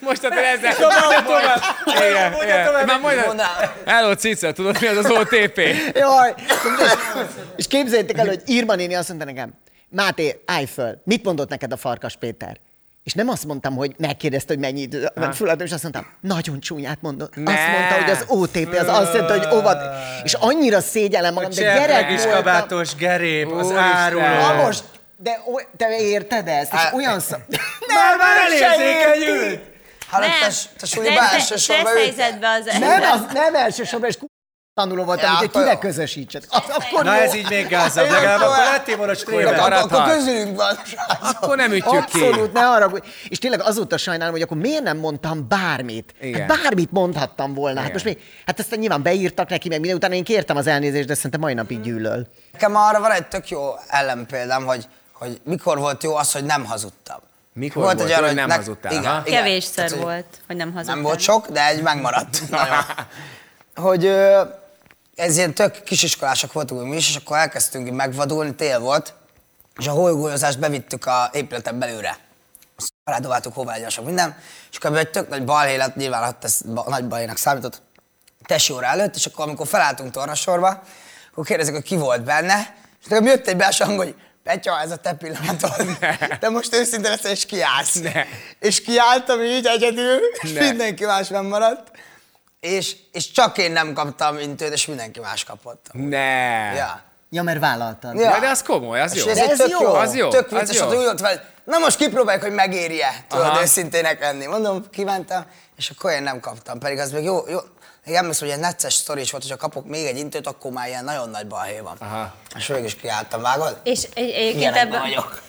Speaker 1: Most akkor ezzel...
Speaker 5: Szóval
Speaker 1: Mondja tovább! Igen, igen. Már mondjad, hello Cica, tudod mi az az OTP?
Speaker 4: Jaj! És képzeljétek el, hogy Irma néni azt mondta nekem, Máté, állj föl, mit mondott neked a Farkas Péter? És nem azt mondtam, hogy megkérdezte, hogy mennyi idő, mert föladom, és azt mondtam, nagyon csúnyát mondott. Azt
Speaker 1: Ne.
Speaker 4: mondta, hogy az OTP, az azt jelenti, hogy óvat. És annyira szégyellem
Speaker 3: A
Speaker 4: magam, de
Speaker 3: csepreg
Speaker 4: gyerek
Speaker 3: is
Speaker 4: voltam.
Speaker 3: kabátos gerép, az
Speaker 1: Úristen.
Speaker 3: áruló.
Speaker 4: Na most, de oly- te érted ezt? És
Speaker 3: Hát-
Speaker 5: Á,
Speaker 4: olyan szó...
Speaker 3: Már már
Speaker 4: se
Speaker 3: elérzékenyült!
Speaker 5: Hát
Speaker 7: Nem,
Speaker 5: te, te súlyba
Speaker 7: stressz-
Speaker 5: elsősorban
Speaker 7: stressz
Speaker 5: ültél.
Speaker 7: helyzetben az
Speaker 4: Nem, az nem elsősorban, és ku- tanuló volt,
Speaker 5: Ja,
Speaker 4: amit hogy
Speaker 5: akkor
Speaker 4: kinek
Speaker 5: jó.
Speaker 4: közösítsen. Az akkor
Speaker 3: Na
Speaker 4: jó.
Speaker 3: ez így még gázabb,
Speaker 5: Jó,
Speaker 3: legalább
Speaker 5: tovább.
Speaker 3: akkor lettél volna
Speaker 1: Jó,
Speaker 3: stréber.
Speaker 5: Akkor, akkor
Speaker 1: maradhat.
Speaker 5: közülünk van, srácok.
Speaker 1: Akkor nem ütjük ki.
Speaker 4: Abszolút, ne haragudj. És tényleg azóta sajnálom, hogy akkor miért nem mondtam bármit.
Speaker 1: Igen.
Speaker 4: Hát bármit mondhattam volna. Hát most
Speaker 1: Igen.
Speaker 4: mi? Hát aztán nyilván beírtak neki, meg minden utána én kértem az elnézést, de szerintem mai napig gyűlöl.
Speaker 5: Nekem arra van egy tök jó ellenpéldám, hogy, hogy mikor volt jó az, hogy nem hazudtam.
Speaker 1: Mikor volt jó, hogy nem hazudtál, aha.
Speaker 7: Kevésszer
Speaker 5: Tehát, hogy
Speaker 7: volt, hogy nem hazudtam.
Speaker 5: Nem volt sok, de egy megmaradt. Nagyon. hogy ö, ez ilyen tök kisiskolások voltunk mi is, és akkor elkezdtünk így megvadulni, tél volt, és a hólygolyózást bevittük a épületen belőle. Azt Rádobáltuk hóvágyasok minden, és akkor ebből egy tök nagy balhé lett, nyilván hát ez ba, nagy balhénak számított, tesi óra előtt, és akkor amikor felálltunk tornasorba, akkor kérdezik, hogy ki volt benne, és nekem jött egy belső hang, hogy Petya, ez a te pillanatod. Te most őszinte leszel, és kiállsz. És kiálltam így egyedül, és
Speaker 1: Ne.
Speaker 5: mindenki más nem maradt. És, és csak én nem kaptam intőt, és mindenki más kapott.
Speaker 1: Ne. Ja.
Speaker 5: Ja.
Speaker 4: Ja, mert vállaltad.
Speaker 5: Ja.
Speaker 1: de az komoly, az
Speaker 5: És
Speaker 1: jó.
Speaker 5: ez,
Speaker 4: De
Speaker 5: egy
Speaker 4: ez
Speaker 5: tök
Speaker 4: jó.
Speaker 5: jó.
Speaker 1: Az jó,
Speaker 5: Tök
Speaker 1: az
Speaker 5: vicces,
Speaker 1: jó.
Speaker 5: hogy úgy ott van, na most kipróbáljuk, hogy megéri-e, tudod,
Speaker 1: Aha.
Speaker 5: őszintének lenni. Mondom, kívántam, és akkor én nem kaptam, pedig az még jó, jó. Még emlékszem, hogy egy necces sztori is volt, hogyha kapok még egy intőt, akkor már ilyen nagyon nagy balhé van.
Speaker 1: Aha.
Speaker 5: És végül is kiálltam, vágod?
Speaker 7: És egy, egyébként,
Speaker 5: Milyen ebben
Speaker 7: ebből,
Speaker 5: vagyok.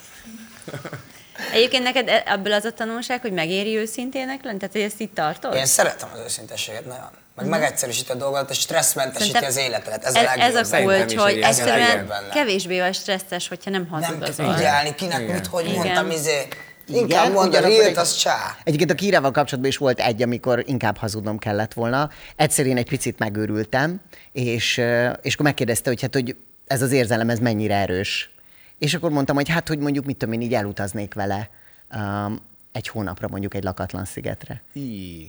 Speaker 7: egyébként neked e- ebből az a tanulság, hogy megéri őszintének lenni? Tehát, hogy ezt így tartod?
Speaker 5: Én szeretem az őszintességet nagyon. Meg megegyszerűsíti a dolgot, és stresszmentesíti
Speaker 7: Szerintem
Speaker 5: az életet. Ez,
Speaker 7: e- ez,
Speaker 5: a legjobb.
Speaker 7: ez a
Speaker 1: Szerintem
Speaker 7: kulcs,
Speaker 1: is
Speaker 7: hogy
Speaker 1: igen,
Speaker 7: ez
Speaker 5: ez a legjobb
Speaker 7: körülbelül
Speaker 5: benne.
Speaker 7: kevésbé vagy stresszes, hogyha nem
Speaker 5: Nem
Speaker 7: hazudozol.
Speaker 5: kell figyelni, kinek
Speaker 1: Igen.
Speaker 5: mit, hogy
Speaker 7: Igen.
Speaker 5: mondtam, izé.
Speaker 4: Igen,
Speaker 5: Inkább mondja,
Speaker 4: ugyanakkor
Speaker 5: real
Speaker 4: egy-
Speaker 5: az csá.
Speaker 4: Egyébként a kírával kapcsolatban is volt egy, amikor inkább hazudnom kellett volna. Egyszer én egy picit megőrültem, és, ö, és akkor megkérdezte, hogy hát, hogy ez az érzelem, ez mennyire erős. És akkor mondtam, hogy hát, hogy mondjuk mit tudom én, így elutaznék vele um, egy hónapra mondjuk egy lakatlan szigetre.
Speaker 1: Hí.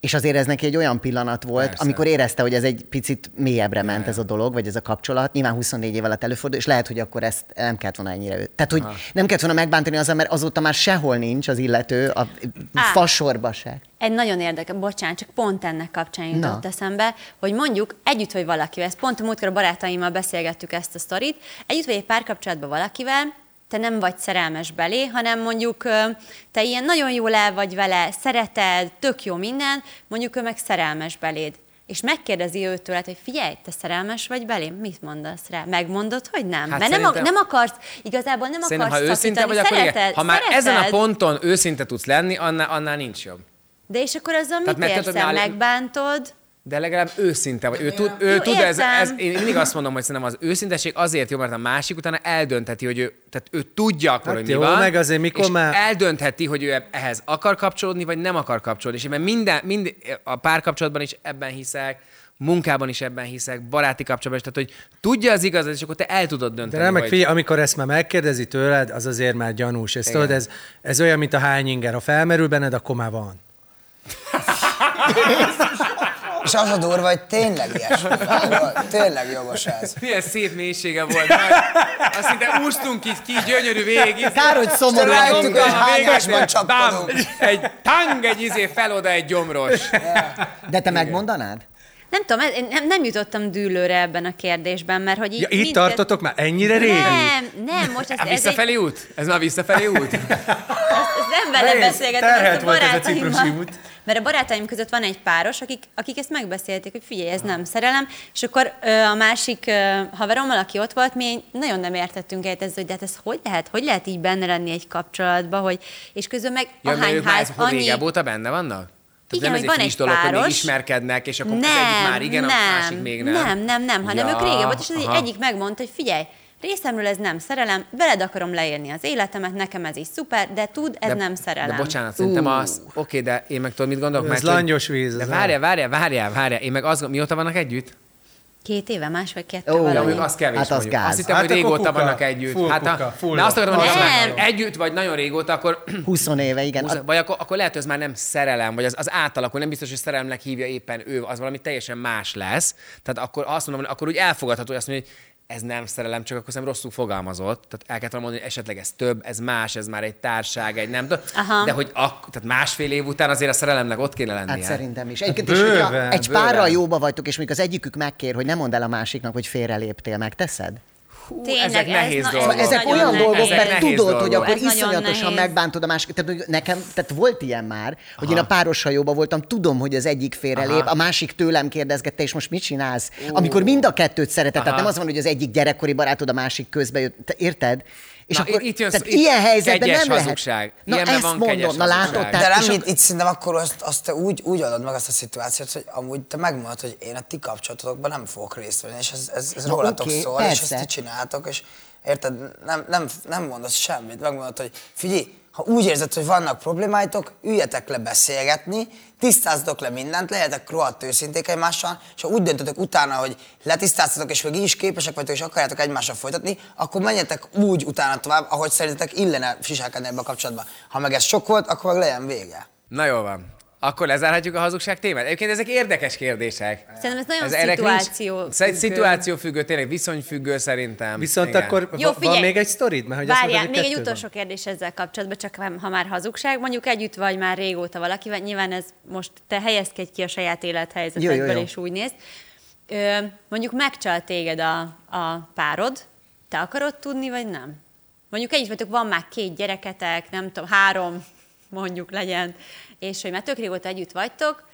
Speaker 4: És azért ez neki egy olyan pillanat volt,
Speaker 1: Persze.
Speaker 4: Persze. amikor érezte, hogy ez egy picit mélyebbre ment ez a dolog, vagy ez a kapcsolat. Nyilván 24 év alatt előfordul, és lehet, hogy akkor ezt nem kellett volna ennyire. ő- Tehát, hogy Aha. nem kellett volna megbántani azzal, mert azóta már sehol nincs az illető, a
Speaker 7: Á.
Speaker 4: fasorba se.
Speaker 7: Egy nagyon érdekes, bocsánat, csak pont ennek kapcsán jutott
Speaker 4: Na.
Speaker 7: eszembe, hogy mondjuk együtt vagy valakivel, ezt pont a múltkor a barátaimmal beszélgettük ezt a sztorit, együtt vagy egy párkapcsolatban valakivel, te nem vagy szerelmes belé, hanem mondjuk ö, te ilyen nagyon jól el vagy vele, szereted, tök jó minden, mondjuk ő meg szerelmes beléd. És megkérdezi ő tőled, hogy figyelj, te szerelmes vagy belém? Mit mondasz rá? Megmondod, hogy nem?
Speaker 1: Hát
Speaker 7: Hát Mert nem, a,
Speaker 1: szerintem-
Speaker 7: nem akarsz, igazából nem
Speaker 1: Szerintem, ha
Speaker 7: akarsz
Speaker 1: őszinte vagy,
Speaker 7: szakítani.
Speaker 1: akkor igen.
Speaker 7: Szereted,
Speaker 1: Ha már
Speaker 7: szereted.
Speaker 1: ezen a ponton őszinte tudsz lenni, annál, annál nincs jobb.
Speaker 7: De és akkor azzal
Speaker 1: Tehát
Speaker 7: mit
Speaker 1: mert
Speaker 7: érsz
Speaker 1: tudod,
Speaker 7: el?
Speaker 1: nál-
Speaker 7: Megbántod?
Speaker 1: De legalább őszinte vagy. Ő tud, ő
Speaker 7: Jó,
Speaker 1: tud ez,
Speaker 7: értem.
Speaker 1: ez, én mindig azt mondom, hogy szerintem az őszintesség azért jó, mert a másik utána eldöntheti, hogy ő, tehát ő tudja akkor,
Speaker 3: Hát
Speaker 1: hogy
Speaker 3: jó,
Speaker 1: mi van.
Speaker 3: meg azért mikor
Speaker 1: és
Speaker 3: már-
Speaker 1: eldöntheti, hogy ő e- ehhez akar kapcsolódni, vagy nem akar kapcsolódni. És én mert minden, mind, a párkapcsolatban is ebben hiszek, munkában is ebben hiszek, baráti kapcsolatban is, tehát hogy tudja az igazat, és akkor te el tudod
Speaker 3: De
Speaker 1: dönteni.
Speaker 3: nem, meg
Speaker 1: hogy-
Speaker 3: figyelj, amikor ezt már megkérdezi tőled, az azért már gyanús. Ez, tudod, ez, ez olyan, mint a hány inger. Ha felmerül benned, akkor már van.
Speaker 5: És az a durva, hogy tényleg ilyesmi. Vágod? Tényleg jogos ez.
Speaker 1: Milyen szép mélysége volt. Nagy. Azt szinte úsztunk így ki, gyönyörű végig.
Speaker 4: Kár, hogy szomorú.
Speaker 5: Aztán
Speaker 1: Rajtunk
Speaker 5: rájöttünk,
Speaker 1: a
Speaker 5: hogy hányásban
Speaker 1: végeknél. Bám!
Speaker 5: csapkodunk.
Speaker 1: Egy tang, egy izé fel oda egy gyomros.
Speaker 4: De te megmondanád?
Speaker 7: Nem tudom, ez- én nem, nem jutottam dűlőre ebben a kérdésben, mert hogy így...
Speaker 3: Ja, itt
Speaker 7: mindkett-
Speaker 3: tartotok már ennyire régen?
Speaker 7: Nem, nem, most ez,
Speaker 1: Hát
Speaker 7: ez, egy,
Speaker 1: visszafelé út? Ez már visszafelé út?
Speaker 7: ez nem velem
Speaker 3: Nehéz,
Speaker 7: beszélgetem,
Speaker 3: terhelt
Speaker 7: ezt a
Speaker 3: volt ez a
Speaker 7: barátaimmal.
Speaker 3: ciprusi út.
Speaker 7: Mert a barátaim között van egy páros, akik, akik ezt megbeszélték, hogy figyelj, ez nem szerelem, és akkor ö, a másik ö, haverommal, aki ott volt, mi nagyon nem értettünk egyet ezzel, hogy de hát ez hogy lehet, hogy lehet így benne lenni egy kapcsolatba, hogy, és közben meg
Speaker 1: Ja, mert
Speaker 7: ahány
Speaker 1: ők már
Speaker 7: ház,
Speaker 1: ezt annyi...
Speaker 7: annyi...
Speaker 1: régebb óta benne vannak? Tehát
Speaker 7: Igen,
Speaker 1: nem
Speaker 7: hogy
Speaker 1: ez
Speaker 7: van
Speaker 1: egy friss dolog,
Speaker 7: egy
Speaker 1: hogy még
Speaker 7: páros.
Speaker 1: ismerkednek, és akkor
Speaker 7: nem,
Speaker 1: az egyik már igen,
Speaker 7: nem,
Speaker 1: a másik még nem.
Speaker 7: Nem, nem, nem, hanem ők régen volt, és az
Speaker 1: aha.
Speaker 7: egyik megmondta, hogy figyelj, részemről ez nem szerelem, veled akarom leélni az életemet, nekem ez is szuper, de tud, ez
Speaker 1: De-
Speaker 7: nem szerelem.
Speaker 1: De bocsánat, szerintem az... Oké, de én meg tudom, mit gondolok?
Speaker 3: Ez
Speaker 1: Mert hogy-
Speaker 3: langyos víz,
Speaker 1: De
Speaker 3: ez
Speaker 1: várjál, várjál, várjál, várjál. Én meg azt mióta vannak együtt?
Speaker 7: Két éve, másfél kettő
Speaker 4: Ó,
Speaker 1: Ja,
Speaker 7: valami.
Speaker 1: mondjuk az kevés
Speaker 4: Hát az
Speaker 1: mondjuk.
Speaker 4: gáz.
Speaker 1: Azt hittem,
Speaker 3: Hát
Speaker 1: hogy
Speaker 3: akkor
Speaker 1: régóta
Speaker 3: kuka,
Speaker 1: vannak együtt.
Speaker 3: full
Speaker 1: hát
Speaker 3: kuka,
Speaker 1: a,
Speaker 3: full
Speaker 1: de azt
Speaker 3: lap.
Speaker 1: akarom, hogy
Speaker 7: Nem.
Speaker 1: ha együtt vagy nagyon régóta, akkor
Speaker 4: 20 éve, igen. Hát,
Speaker 1: Húsz-
Speaker 4: A,
Speaker 1: Vagy akkor, akkor lehet, hogy ez már nem szerelem, vagy az, az átalakul, nem biztos, hogy szerelemnek hívja éppen ő, az valami teljesen más lesz. Tehát akkor azt mondom, hogy akkor úgy elfogadható, hogy azt mondja, hogy ez nem szerelem, csak akkor szerintem rosszul fogalmazott. Tehát el kellett volna mondani, hogy esetleg ez több, ez más, ez már egy társág, egy nem tudom.
Speaker 7: Aha.
Speaker 1: De hogy ak- tehát másfél év után azért a szerelemnek ott kéne lennie.
Speaker 4: hát szerintem is. Egyébként is,
Speaker 3: Bőven,
Speaker 4: hogyha egy
Speaker 3: bőven.
Speaker 4: párral jóba vagytok, és mondjuk az egyikük megkér, hogy nem mondd el a másiknak, hogy félreléptél, megteszed?
Speaker 1: Hú,
Speaker 7: Tényleg,
Speaker 1: ezek
Speaker 7: ez
Speaker 1: nehéz
Speaker 7: na- ez
Speaker 1: dolgok.
Speaker 7: nagyon
Speaker 4: Szóval Ezek olyan
Speaker 7: nehéz.
Speaker 4: dolgok,
Speaker 7: Ezek
Speaker 4: mert
Speaker 1: nehéz
Speaker 4: tudod, hogy
Speaker 1: dolgok.
Speaker 4: akkor
Speaker 7: Ez nagyon
Speaker 4: iszonyatosan
Speaker 7: nehéz.
Speaker 4: megbántod a másikat. Tehát hogy nekem, tehát volt ilyen már, hogy én a páros hajóba voltam, tudom, hogy az egyik félrelép, a másik tőlem kérdezgette, és most mit csinálsz? Amikor mind a kettőt szeretett, tehát nem az van, hogy az egyik gyerekkori barátod a másik közbe jött, te érted? És
Speaker 1: Na,
Speaker 4: akkor,
Speaker 1: itt jön
Speaker 4: tehát
Speaker 1: szó- itt
Speaker 4: ilyen helyzetben
Speaker 1: kegyes
Speaker 4: nem lehet.
Speaker 1: hazugság.
Speaker 4: Na
Speaker 1: Ilyenben
Speaker 4: ezt
Speaker 1: van kegyes
Speaker 4: mondom, na látod,
Speaker 1: hazugság.
Speaker 4: tehát,
Speaker 5: De
Speaker 4: és
Speaker 5: nem,
Speaker 4: akkor-
Speaker 5: itt, itt szerintem akkor azt, azt te úgy, úgy adod meg azt a szituációt, hogy amúgy te megmondod, hogy én a ti kapcsolatotokban nem fogok részt venni, és ez, ez, ez
Speaker 4: Na,
Speaker 5: rólatok
Speaker 4: oké,
Speaker 5: szól, és
Speaker 4: persze.
Speaker 5: ezt ti csináltok, és érted, nem, nem, nem mondasz semmit, megmondod, hogy figyelj, ha úgy érzed, hogy vannak problémáitok, üljetek le beszélgetni, tisztázzatok le mindent, legyetek rohadt őszinték egymással, és ha úgy döntötök utána, hogy letisztáztatok, és még így is képesek vagytok, és akarjátok egymással folytatni, akkor menjetek úgy utána tovább, ahogy szerintetek illene viselkedni ebbe a kapcsolatban. Ha meg ez sok volt, akkor meg legyen vége.
Speaker 1: Na jól van. Akkor lezárhatjuk a hazugság témát. Egyébként ezek érdekes kérdések.
Speaker 7: Szerintem ez nagyon
Speaker 1: erre
Speaker 7: szituáció
Speaker 1: Nincs, Szerint
Speaker 7: függő.
Speaker 1: szituáció függő, tényleg viszonyfüggő szerintem.
Speaker 3: Viszont
Speaker 1: Igen.
Speaker 3: akkor
Speaker 7: Jó,
Speaker 3: Jó,
Speaker 7: figyelj!
Speaker 3: van még egy sztorid? Mert hogy azt
Speaker 7: Várjál,
Speaker 3: mondtad,
Speaker 7: még
Speaker 3: hogy
Speaker 7: egy
Speaker 3: kettő
Speaker 7: utolsó kérdés ezzel kapcsolatban, csak ha- ha már hazugság, mondjuk együtt vagy már régóta valakivel, nyilván ez most te helyezkedj ki a saját élethelyzetedből,
Speaker 4: Jó, jó, jó.
Speaker 7: és úgy néz. Ö, mondjuk megcsal téged a, a párod, te akarod tudni, vagy nem? Mondjuk együtt vagytok, van már két gyereketek, nem tudom, három mondjuk legyen, és hogy már tök régóta együtt vagytok,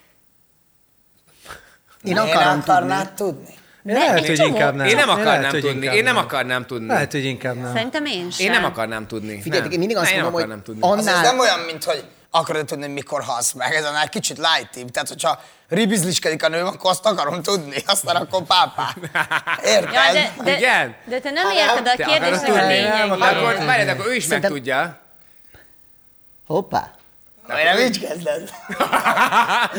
Speaker 4: Én
Speaker 5: Na,
Speaker 4: akarom tudni.
Speaker 5: akarnád tudni.
Speaker 3: Én
Speaker 7: De
Speaker 3: lehet,
Speaker 7: egy
Speaker 3: hogy
Speaker 7: csomó-
Speaker 3: inkább nem.
Speaker 1: Én nem akarnám
Speaker 3: lehet, hogy
Speaker 1: tudni.
Speaker 3: inkább
Speaker 1: Én nem
Speaker 3: nem.
Speaker 1: akarnám tudni.
Speaker 3: Lehet, hogy inkább nem.
Speaker 7: szerintem én sem.
Speaker 1: Én nem akarnám tudni.
Speaker 4: Figyeljetek,
Speaker 1: nem.
Speaker 4: én mindig azt
Speaker 1: Ne, én
Speaker 4: mondom,
Speaker 1: nem
Speaker 4: hogy
Speaker 1: akarnám tudni.
Speaker 5: Az, ez
Speaker 4: annál...
Speaker 5: nem olyan, mint hogy akarod tudni, hogy mikor halsz meg, ez annál kicsit lightibb. Tehát, hogyha ribizliskedik a nő, akkor azt akarom tudni, aztán akkor pápá. Érted?
Speaker 7: Ja, de, de,
Speaker 1: Igen.
Speaker 7: de te nem
Speaker 5: Ha nem,
Speaker 7: érted
Speaker 1: Te
Speaker 7: a
Speaker 1: akarod
Speaker 7: kérdésnek a
Speaker 1: tudni?
Speaker 7: lényegét.
Speaker 1: Akkor, várjad, akkor ő is
Speaker 4: Szerintem-
Speaker 1: megtudja.
Speaker 4: Hoppá.
Speaker 5: Amire nincs kezded.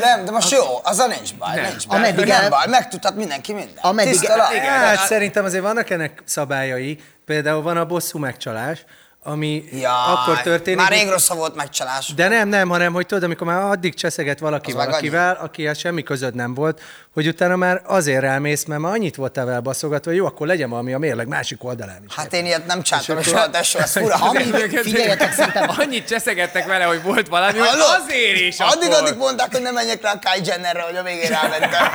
Speaker 5: Nem, de most jó, az a nincs baj, nem. nincs baj.
Speaker 4: Ameddig
Speaker 5: nem
Speaker 4: el-
Speaker 5: baj, megtudhat mindenki mindent.
Speaker 4: Ameddig-
Speaker 5: Tiszta laj.
Speaker 1: Igen.
Speaker 3: Hát szerintem azért vannak ennek szabályai. Például van a bosszú megcsalás, ami
Speaker 5: Jaj,
Speaker 3: akkor történik.
Speaker 5: Már rég rosszabb volt megcsalás.
Speaker 3: De nem, nem, hanem hogy tudod, amikor már addig cseszeget valaki
Speaker 5: Az meg
Speaker 3: valakivel, akivel semmi közöd nem volt, hogy utána már azért rámész, mert már annyit voltál vele baszogatva, hogy jó, akkor legyen valami a mérleg másik oldalán is.
Speaker 5: Hát én ilyet nem csátom, soha, tesó, ez fura. Ami,
Speaker 4: Figyeljetek, szerintem-
Speaker 1: Annyit cseszegettek vele, hogy volt valami, hogy
Speaker 5: Hallod?
Speaker 1: azért is
Speaker 5: Addig,
Speaker 1: akkor.
Speaker 5: addig mondták, hogy nem menjek rá a Kai Jennerre, hogy a végén rámentem.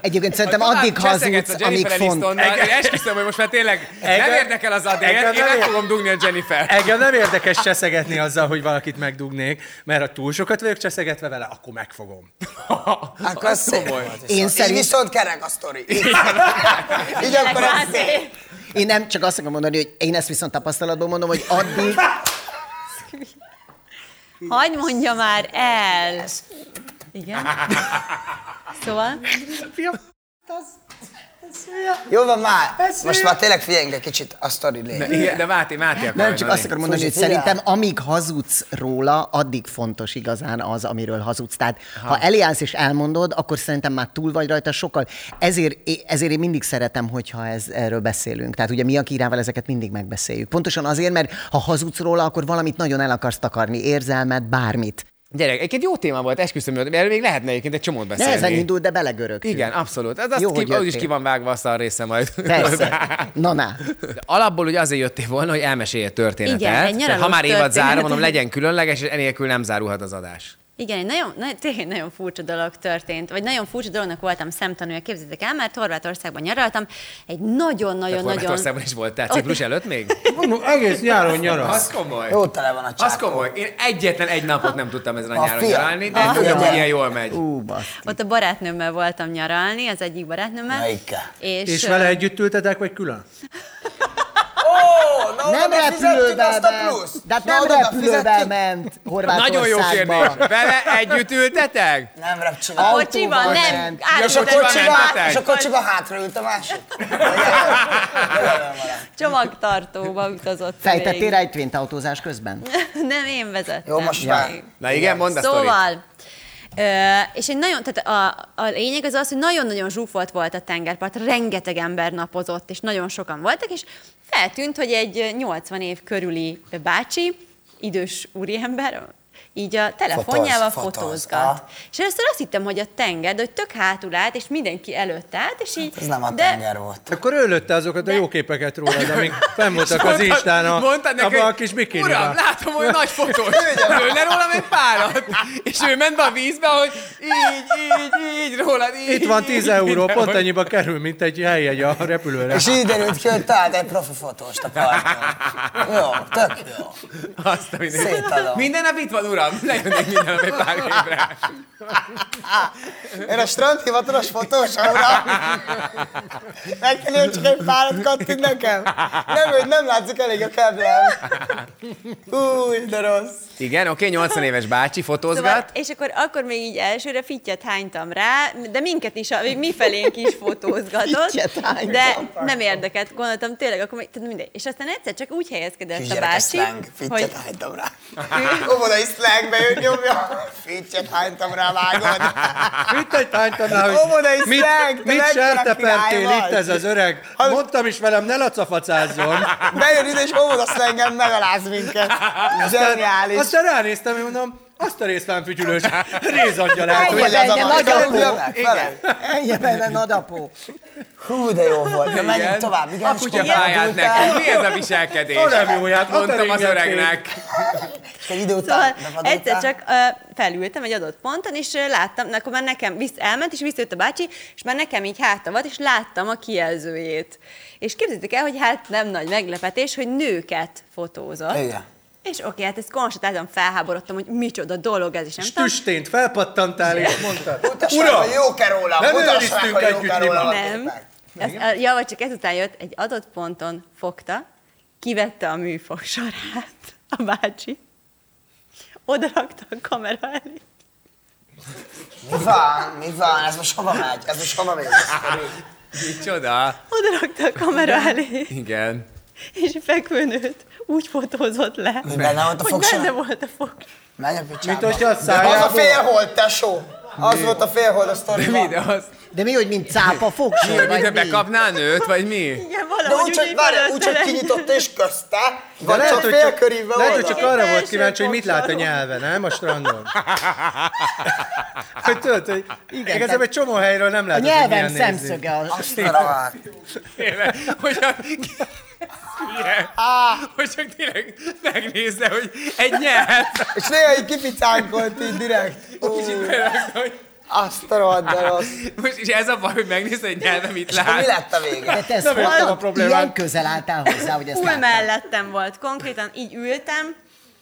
Speaker 4: Egyébként szerintem
Speaker 1: Ha tovább
Speaker 4: addig
Speaker 1: cseszegetsz
Speaker 4: hazudsz,
Speaker 1: a
Speaker 4: amíg
Speaker 1: Jennifer
Speaker 4: font.
Speaker 1: Anistonnal, Én esküszöm, hogy most már tényleg nem
Speaker 3: Engem-
Speaker 1: érdekel az adéget,
Speaker 3: engem
Speaker 1: én
Speaker 3: nem
Speaker 1: meg
Speaker 3: ér-
Speaker 1: fogom dugni a Jennifer.
Speaker 3: Engem nem érdekes cseszegetni azzal, hogy valakit megdugnék, mert ha túl sokat vagyok cseszegetve vele, akkor megfogom.
Speaker 5: Akkor az szép volt.
Speaker 4: Én
Speaker 5: Viszont-
Speaker 4: szerint-
Speaker 5: Így viszont kerek a sztori. Így akkor ez szép.
Speaker 4: Én nem csak azt akarom mondani, hogy én ezt viszont tapasztalatból mondom, hogy addig...
Speaker 7: Hagyd mondja már el! Igen? Szóval?
Speaker 5: Jó van már. Most már tényleg figyeljünk egy kicsit a sztori lényeg.
Speaker 1: Igen, De Máté, Máté akar
Speaker 4: Nem, csak azt akarom mondani, hogy
Speaker 5: Fúzi,
Speaker 1: Szóval,
Speaker 5: figyelj!
Speaker 4: szerintem amíg hazudsz róla, addig fontos igazán az, amiről hazudsz. Tehát ha eliállsz és elmondod, akkor szerintem már túl vagy rajta sokkal. Ezért, é- ezért én mindig szeretem, hogyha ez, erről beszélünk. Tehát ugye mi a kirával ezeket mindig megbeszéljük. Pontosan azért, mert ha hazudsz róla, akkor valamit nagyon el akarsz takarni, érzelmet, bármit.
Speaker 1: Gyerek, egyébként jó téma volt, esküszöm, hogy erről még lehetne egyébként egy csomót beszélni.
Speaker 4: Nehezen indul, de belegörök.
Speaker 1: Igen, abszolút. Ez
Speaker 4: Jó,
Speaker 1: azt
Speaker 4: hogy
Speaker 1: ki, az is
Speaker 4: jöttél.
Speaker 1: ki van vágva azt a része majd.
Speaker 4: Persze. Na, na.
Speaker 1: De Alapból ugye azért jöttél volna, hogy elmesélje a történetet.
Speaker 7: Igen, egy
Speaker 1: Tehát, ha már
Speaker 7: nyaralós
Speaker 1: évad zárom,
Speaker 7: történet.
Speaker 1: mondom, legyen különleges, és enélkül nem zárulhat az adás.
Speaker 7: Igen, egy nagyon, na, tényleg nagyon furcsa dolog történt, vagy nagyon furcsa dolognak voltam szemtanúja, képzeljétek el, mert Horvátországban nyaraltam, egy
Speaker 1: Tehát
Speaker 7: nagyon-nagyon-nagyon...
Speaker 1: Horvátországban is voltál, Ciprus előtt még?
Speaker 3: Mondom, egész nyáron nyaraz.
Speaker 1: Az komoly.
Speaker 5: Jó tele van a
Speaker 1: Az
Speaker 5: csákó.
Speaker 1: komoly. Én egyetlen egy napot nem tudtam ezen a
Speaker 5: A
Speaker 1: nyáron
Speaker 5: fia.
Speaker 1: nyaralni, de
Speaker 5: A
Speaker 1: tudom,
Speaker 5: fia.
Speaker 1: hogy ilyen jól megy.
Speaker 4: Ú, basz.
Speaker 7: Ott a barátnőmmel voltam nyaralni, az egyik barátnőmmel.
Speaker 5: Melyikkel?
Speaker 7: És,
Speaker 3: És vele együtt ültetek, vagy külön?
Speaker 5: Ó, na,
Speaker 4: Nem
Speaker 5: oda fizettük
Speaker 4: repülővel
Speaker 5: azt a
Speaker 4: ment.
Speaker 5: pluszt.
Speaker 4: De hát
Speaker 5: Na,
Speaker 4: nem
Speaker 5: oda
Speaker 4: repülővel
Speaker 5: fizettük.
Speaker 4: ment
Speaker 1: Nagyon jó kérdés.
Speaker 4: Horvátországba.
Speaker 1: Vele együtt ültetek?
Speaker 5: Nem
Speaker 7: A
Speaker 5: repcsináltuk.
Speaker 7: kocsiban
Speaker 4: Autóval
Speaker 7: nem,
Speaker 4: ment.
Speaker 1: Ja,
Speaker 5: És a
Speaker 7: hát,
Speaker 1: Kocsiban mentetek?
Speaker 5: kocsiba, és a kocsiba hátraült a másik.
Speaker 7: csomagtartóba utazott.
Speaker 4: Fejtettél rejtvényt autózás közben?
Speaker 7: Nem, én vezettem.
Speaker 5: Jó, most már.
Speaker 1: Na igen, mondd a sztorit.
Speaker 7: Szóval, ö, és egy nagyon, tehát a, a lényeg az az, hogy nagyon-nagyon zsúfolt volt a tengerpart, rengeteg ember napozott, és nagyon sokan voltak, és feltűnt, hogy egy ö, 80 év körüli bácsi, idős úriember, így a telefonjával
Speaker 5: Fotóz, fotóz,
Speaker 7: fotózgat.
Speaker 5: aha.
Speaker 7: És először azt hittem, hogy a tenger, de hogy tök hátul állt, és mindenki előtt állt, és így...
Speaker 5: Hát Ez nem a
Speaker 7: de-
Speaker 5: tenger volt.
Speaker 3: Akkor ő lőtte azokat a jó képeket rólad, amik fenn voltak az Instán a,
Speaker 1: Hát, Mondtad neki,
Speaker 3: abban a
Speaker 1: hogy,
Speaker 3: kis bikiniben.
Speaker 1: Uram, látom, hogy nagy fotós. Lőne rólam egy párat. És ő ment be a vízbe, hogy így, így, így, rólad, így.
Speaker 3: Itt van 10 euró,
Speaker 1: így,
Speaker 3: pont
Speaker 1: hogy-
Speaker 3: ennyiba kerül, mint egy helyjegy a repülőre.
Speaker 5: És így derült ki, hogy talált egy profi fotóst a parton. Jó, tök jó.
Speaker 1: Azt a mindenit.
Speaker 5: Szétadom.
Speaker 1: Minden nap itt van, uram. Lejönnék minden nap egy pár évre.
Speaker 5: Én a strand hivatalos fotós, uram. Meg kell írni, csak egy párat kattint nekem. Nem, hogy nem látszik elég a keblem. Új, de rossz.
Speaker 1: Igen, oké, 80 éves bácsi
Speaker 7: Szóval,
Speaker 1: fotózgat.
Speaker 7: és akkor, akkor még így elsőre fittyet hánytam rá, de minket is, a- mi felénk is fotózgatott,
Speaker 4: Fittyet hánytam.
Speaker 7: de nem érdekelt, gondoltam tényleg, akkor még- tehát mindegy. És aztán egyszer csak úgy helyezkedett a
Speaker 5: Kisgyerekes
Speaker 7: bácsi,
Speaker 5: slang,
Speaker 7: hogy
Speaker 5: fittyet álltam rá. Óvodai üvegbe jön, nyomja. Fittyet hánytam rá, vágod.
Speaker 3: Mit egy tánytanál, hogy
Speaker 5: Óvodai
Speaker 3: mit,
Speaker 5: szleng, te
Speaker 3: mit
Speaker 5: mekkora
Speaker 3: sertepertél
Speaker 5: király
Speaker 3: itt
Speaker 5: vagy?
Speaker 3: ez az öreg? Mondtam is velem, ne lacafacázzon.
Speaker 5: Bejön ide, és óvod azt engem, megaláz minket. Zseniális.
Speaker 3: Aztán ránéztem, hogy mondom, azt a részvánfütyülős rézangyalát,
Speaker 5: Ennyi
Speaker 3: hogy
Speaker 5: benne,
Speaker 4: legyen
Speaker 5: nagy
Speaker 4: nagyapó.
Speaker 5: apó. Igen.
Speaker 4: Ennyi benne nadapó.
Speaker 5: Hú, de jó volt. Na, menjünk tovább. Igen,
Speaker 1: A
Speaker 5: és
Speaker 1: kutya
Speaker 5: akkor
Speaker 1: pályát
Speaker 5: eldugták.
Speaker 1: neki. Mi ez a viselkedés?
Speaker 3: Valami olyat,
Speaker 1: Mondtam az
Speaker 3: ateringek
Speaker 1: öregnek.
Speaker 5: És Egy idő
Speaker 7: Szóval
Speaker 5: után bevadultál.
Speaker 7: egyszer csak ö, felültem egy adott ponton, és ö, láttam, na, akkor már nekem visz, elment, és visszajött a bácsi, és már nekem így háta volt, és láttam a kijelzőjét. És képzeljétek el, hogy hát nem nagy meglepetés, hogy nőket fotózott.
Speaker 5: Igen.
Speaker 7: És oké, hát ezt konstatáltam, felháborodtam, hogy micsoda dolog ez, és nem
Speaker 3: és
Speaker 7: tudom.
Speaker 3: tüstént felpattantál, és mondtad,
Speaker 5: Mutass meg,
Speaker 3: uram,
Speaker 5: hogy jók-e róla,
Speaker 3: nem
Speaker 5: mutass meg,
Speaker 3: őriztünk
Speaker 5: hogy
Speaker 3: együtt
Speaker 5: jók-e róla.
Speaker 3: imád.
Speaker 7: Nem.
Speaker 5: Tényleg?
Speaker 7: Ez, ja, vagy csak ezután jött, egy adott ponton fogta, kivette a műfog sorát a bácsi, oda rakta a kamera elé.
Speaker 5: Mi van? Mi van? Ez most hova megy? Ez most hova megy?
Speaker 1: Micsoda?
Speaker 7: Oda rakta a kamera elé,
Speaker 1: Igen.
Speaker 7: és fekvőnőt úgy fotózott le,
Speaker 5: Mi benne volt a
Speaker 7: hogy benne
Speaker 5: fogság?
Speaker 7: volt a fog.
Speaker 5: Menj a picsába.
Speaker 3: Mint hogy a
Speaker 5: De az a
Speaker 3: szájából-
Speaker 5: félhold, tesó! Az volt a félhold a sztoriban.
Speaker 1: Mi, de az,
Speaker 4: De mi, hogy mint cápa
Speaker 1: mi, hogy
Speaker 4: fogsor,
Speaker 1: mintha
Speaker 4: vagy mi?
Speaker 1: bekapná a nőt, vagy mi?
Speaker 7: Igen,
Speaker 5: De
Speaker 7: valahogy
Speaker 5: úgy, hogy, várj, úgy, hogy kinyitotta és közte,
Speaker 3: De
Speaker 5: vagy
Speaker 3: lehet,
Speaker 5: csak
Speaker 3: hogy csak,
Speaker 5: félkörívvel
Speaker 3: lehet, hogy
Speaker 5: oldalt.
Speaker 3: csak arra volt
Speaker 7: Belső
Speaker 3: kíváncsi, hogy mit lát a
Speaker 7: kapcsoló.
Speaker 3: nyelve, nem? A strandon. hogy tudod, hogy igen, igazából egy csomó helyről nem
Speaker 4: A
Speaker 3: lehet.
Speaker 4: nyelvem szemszöge a
Speaker 5: Azt a rohadt.
Speaker 1: Tényleg, hogyha... Igen. Hogy csak tényleg megnézze, hogy egy nyelv.
Speaker 5: És néha így kipicánkolt így direkt. Ó,
Speaker 1: Kicsit berakta, hogy-
Speaker 5: azt a rohadt, de rossz.
Speaker 1: Most, és ez a baj, hogy megnézze egy nyelve, mit
Speaker 5: És akkor mi
Speaker 1: lát.
Speaker 5: lett a vége?
Speaker 4: De te ezt
Speaker 3: Nem értem a
Speaker 4: hallod?
Speaker 3: problémát.
Speaker 4: Ilyen közel álltál hozzá, hogy ezt
Speaker 7: Full
Speaker 4: láttad.
Speaker 7: mellettem volt, konkrétan így ültem,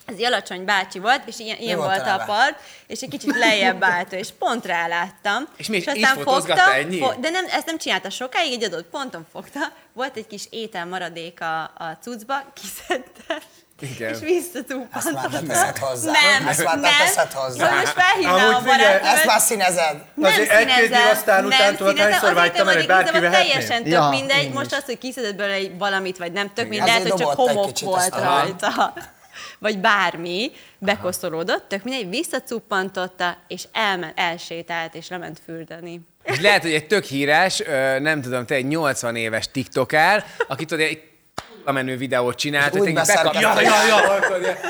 Speaker 7: ez egy alacsony bácsi volt, és ilyen, ilyen
Speaker 5: volt
Speaker 7: volt
Speaker 5: a
Speaker 7: a
Speaker 5: neve?
Speaker 7: part, és egy kicsit lejjebb állt, ő, és pont ráláttam.
Speaker 1: És mi, így fotózgatta ennyi?
Speaker 7: de nem, ezt nem csinálta sokáig, egy adott ponton fogta, volt egy kis ételmaradék a, a cuccba, kiszedte,
Speaker 1: Igen.
Speaker 7: és
Speaker 5: Ezt már te
Speaker 7: visszatúpantotta.
Speaker 5: teszed hozzá.
Speaker 7: Nem,
Speaker 5: Ezt már te
Speaker 7: nem.
Speaker 5: teszed hozzá.
Speaker 7: Szóval most felhívnám a
Speaker 3: Amúgy figyelj,
Speaker 5: Ezt
Speaker 7: barátomat,
Speaker 5: már színezed.
Speaker 7: nem
Speaker 3: Azért egy-két
Speaker 7: színezem,
Speaker 3: év aztán
Speaker 7: nem
Speaker 3: után tudod,
Speaker 7: színezem,
Speaker 3: hányszor
Speaker 7: azért
Speaker 3: vágytam el,
Speaker 7: van
Speaker 3: hogy
Speaker 7: egy
Speaker 3: bárki
Speaker 7: igazából
Speaker 3: vehetné?
Speaker 7: Teljesen tök
Speaker 4: Ja,
Speaker 7: mindegy,
Speaker 4: én
Speaker 7: most az, hogy kiszedett belőle egy valamit, vagy nem, tök mindegy, lehet,
Speaker 5: Azért
Speaker 7: hogy csak
Speaker 5: dobott egy
Speaker 7: homok
Speaker 5: kicsit
Speaker 7: volt
Speaker 5: aztán, aha.
Speaker 7: rajta. Vagy bármi, bekoszolódott, tök mindegy, visszacuppantotta, és elment, elsétált, és lement fürdeni.
Speaker 1: És lehet, hogy egy tök híres, ö, nem tudom, te egy 80 éves tiktoker, aki tudod, egy a menő videót csinált,
Speaker 5: Úgy
Speaker 1: hogy
Speaker 5: beszerkesztett.
Speaker 1: bekapja.
Speaker 5: Ja, ja,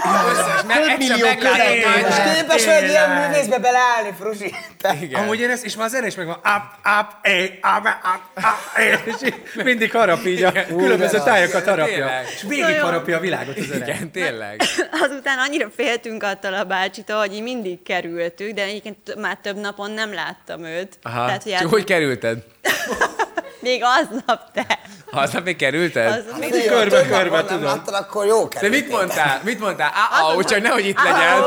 Speaker 1: Több
Speaker 4: millió követővel.
Speaker 5: És képes vagy ilyen művészbe beleállni, Fruzsi. Te-
Speaker 1: Igen.
Speaker 3: Amúgy én ezt, és már a zene is megvan, up, up, é, up, up, up, é, és így mindig harap így a különböző tájakat harapja.
Speaker 1: Tényleg.
Speaker 3: És végig harapja a világot az öreg.
Speaker 1: Igen, tényleg.
Speaker 7: Azután annyira féltünk attól a bácsitól, hogy így mindig kerültük, de egyébként t- már több napon nem láttam őt.
Speaker 1: Aha.
Speaker 7: Tehát, hogy
Speaker 1: Csak
Speaker 7: át-
Speaker 1: hogy kerülted?
Speaker 7: még aznap te.
Speaker 1: Aznap még kerülted?
Speaker 3: Hát,
Speaker 7: Aznap még
Speaker 5: Jó,
Speaker 3: körbe-körbe,
Speaker 5: több napon nem
Speaker 3: tudod.
Speaker 5: láttad, akkor jó
Speaker 1: De
Speaker 5: került.
Speaker 1: mit mondtál? Mit mondtál? Á, csak nehogy
Speaker 7: ah,
Speaker 1: itt legyen.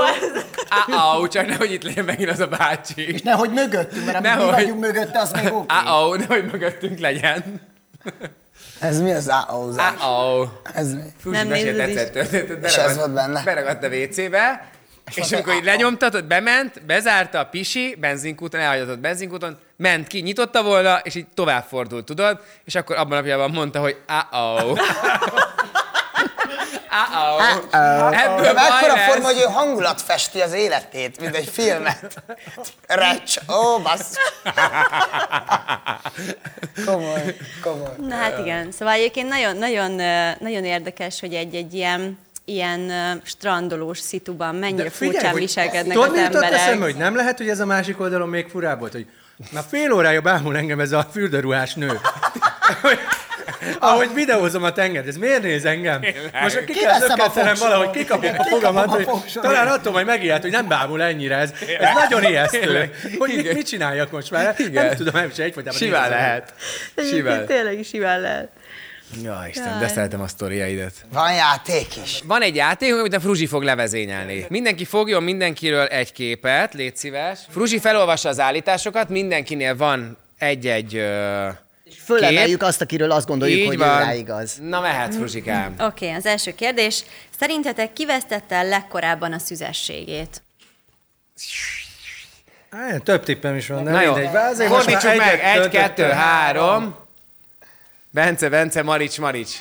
Speaker 1: Á, csak nehogy itt legyen megint az a bácsi.
Speaker 4: És nehogy mögöttünk, mert amit mi
Speaker 1: Nehogy.
Speaker 4: vagyunk mögötte, az még oké.
Speaker 1: Á, ah, nehogy mögöttünk legyen. Ah,
Speaker 5: Ez mi az áózás?
Speaker 1: Á,
Speaker 5: Ez mi?
Speaker 1: Fruzsi
Speaker 7: Nem
Speaker 1: mesél
Speaker 7: nézed is.
Speaker 1: tetszett történetet,
Speaker 5: És
Speaker 1: beragadt-
Speaker 5: ez volt benne?
Speaker 1: Beragadt a WC-be, és,
Speaker 5: mondta,
Speaker 1: amikor így
Speaker 5: "Á, á."
Speaker 1: lenyomtatott, bement, bezárta a pisi, benzinkúton, elhagyatott benzinkúton, ment ki, nyitotta volna, és így tovább fordult, tudod? És akkor abban a napjában mondta, hogy "Ah, á-ó. Á-ó. Ah, Ebből
Speaker 5: De
Speaker 1: baj
Speaker 5: Ah, mekkora
Speaker 1: lesz.
Speaker 5: forma, hogy ő hangulat festi az életét, mint egy filmet. Recs, ó, bassz. Komoly, komoly.
Speaker 7: Na hát igen, szóval egyébként nagyon, nagyon, ö, nagyon érdekes, hogy egy-egy ilyen, ilyen ö, strandolós szituban mennyire furcsán viselkednek
Speaker 3: tudod,
Speaker 7: az
Speaker 3: mi jutott
Speaker 7: emberek.
Speaker 3: eszembe, hogy nem lehet, hogy ez a másik oldalon még furább volt, hogy na fél órája bámul engem ez a fürdőruhás nő. Hogy- Ahogy videózom a tenger, ez miért néz engem? Most a ki kell
Speaker 4: Kiveszem a
Speaker 3: zökkentenem
Speaker 4: fogsorból.
Speaker 3: valahogy, kikapom a fogamat, hogy talán attól majd megijedt, hogy nem bámul ennyire ez. Ez nagyon ijesztő.
Speaker 1: Tényleg.
Speaker 3: Hogy mit,
Speaker 1: Igen.
Speaker 3: mit csináljak most már?
Speaker 1: Igen.
Speaker 3: Nem tudom, nem is egyfolytában
Speaker 1: Simán
Speaker 3: nézem.
Speaker 1: lehet.
Speaker 7: Egyébként
Speaker 1: Simán.
Speaker 7: Tényleg simán lehet.
Speaker 1: Ja, Isten, de szeretem a sztoriaidat.
Speaker 5: Van játék is.
Speaker 1: Van egy játék, amit a Fruzsi fog levezényelni. Mindenki fogjon mindenkiről egy képet, légy szíves. Fruzsi felolvassa az állításokat, mindenkinél van egy-egy ö,
Speaker 4: Fölemeljük azt, akiről azt gondoljuk,
Speaker 1: Így
Speaker 4: hogy ő
Speaker 1: van.
Speaker 4: rá igaz.
Speaker 1: Na mehet, Fruzsikám.
Speaker 7: Oké, okay, az első kérdés. Szerintetek ki vesztette el legkorábban a szüzességét?
Speaker 3: Á, Több tippem is van, de
Speaker 1: Na jó,
Speaker 3: mindegy. Vázolj, most már
Speaker 1: fordítsuk meg.
Speaker 3: egyet
Speaker 1: Egy, kettő,
Speaker 3: döntöttem.
Speaker 1: három. Bence, Bence, Marics, Marics.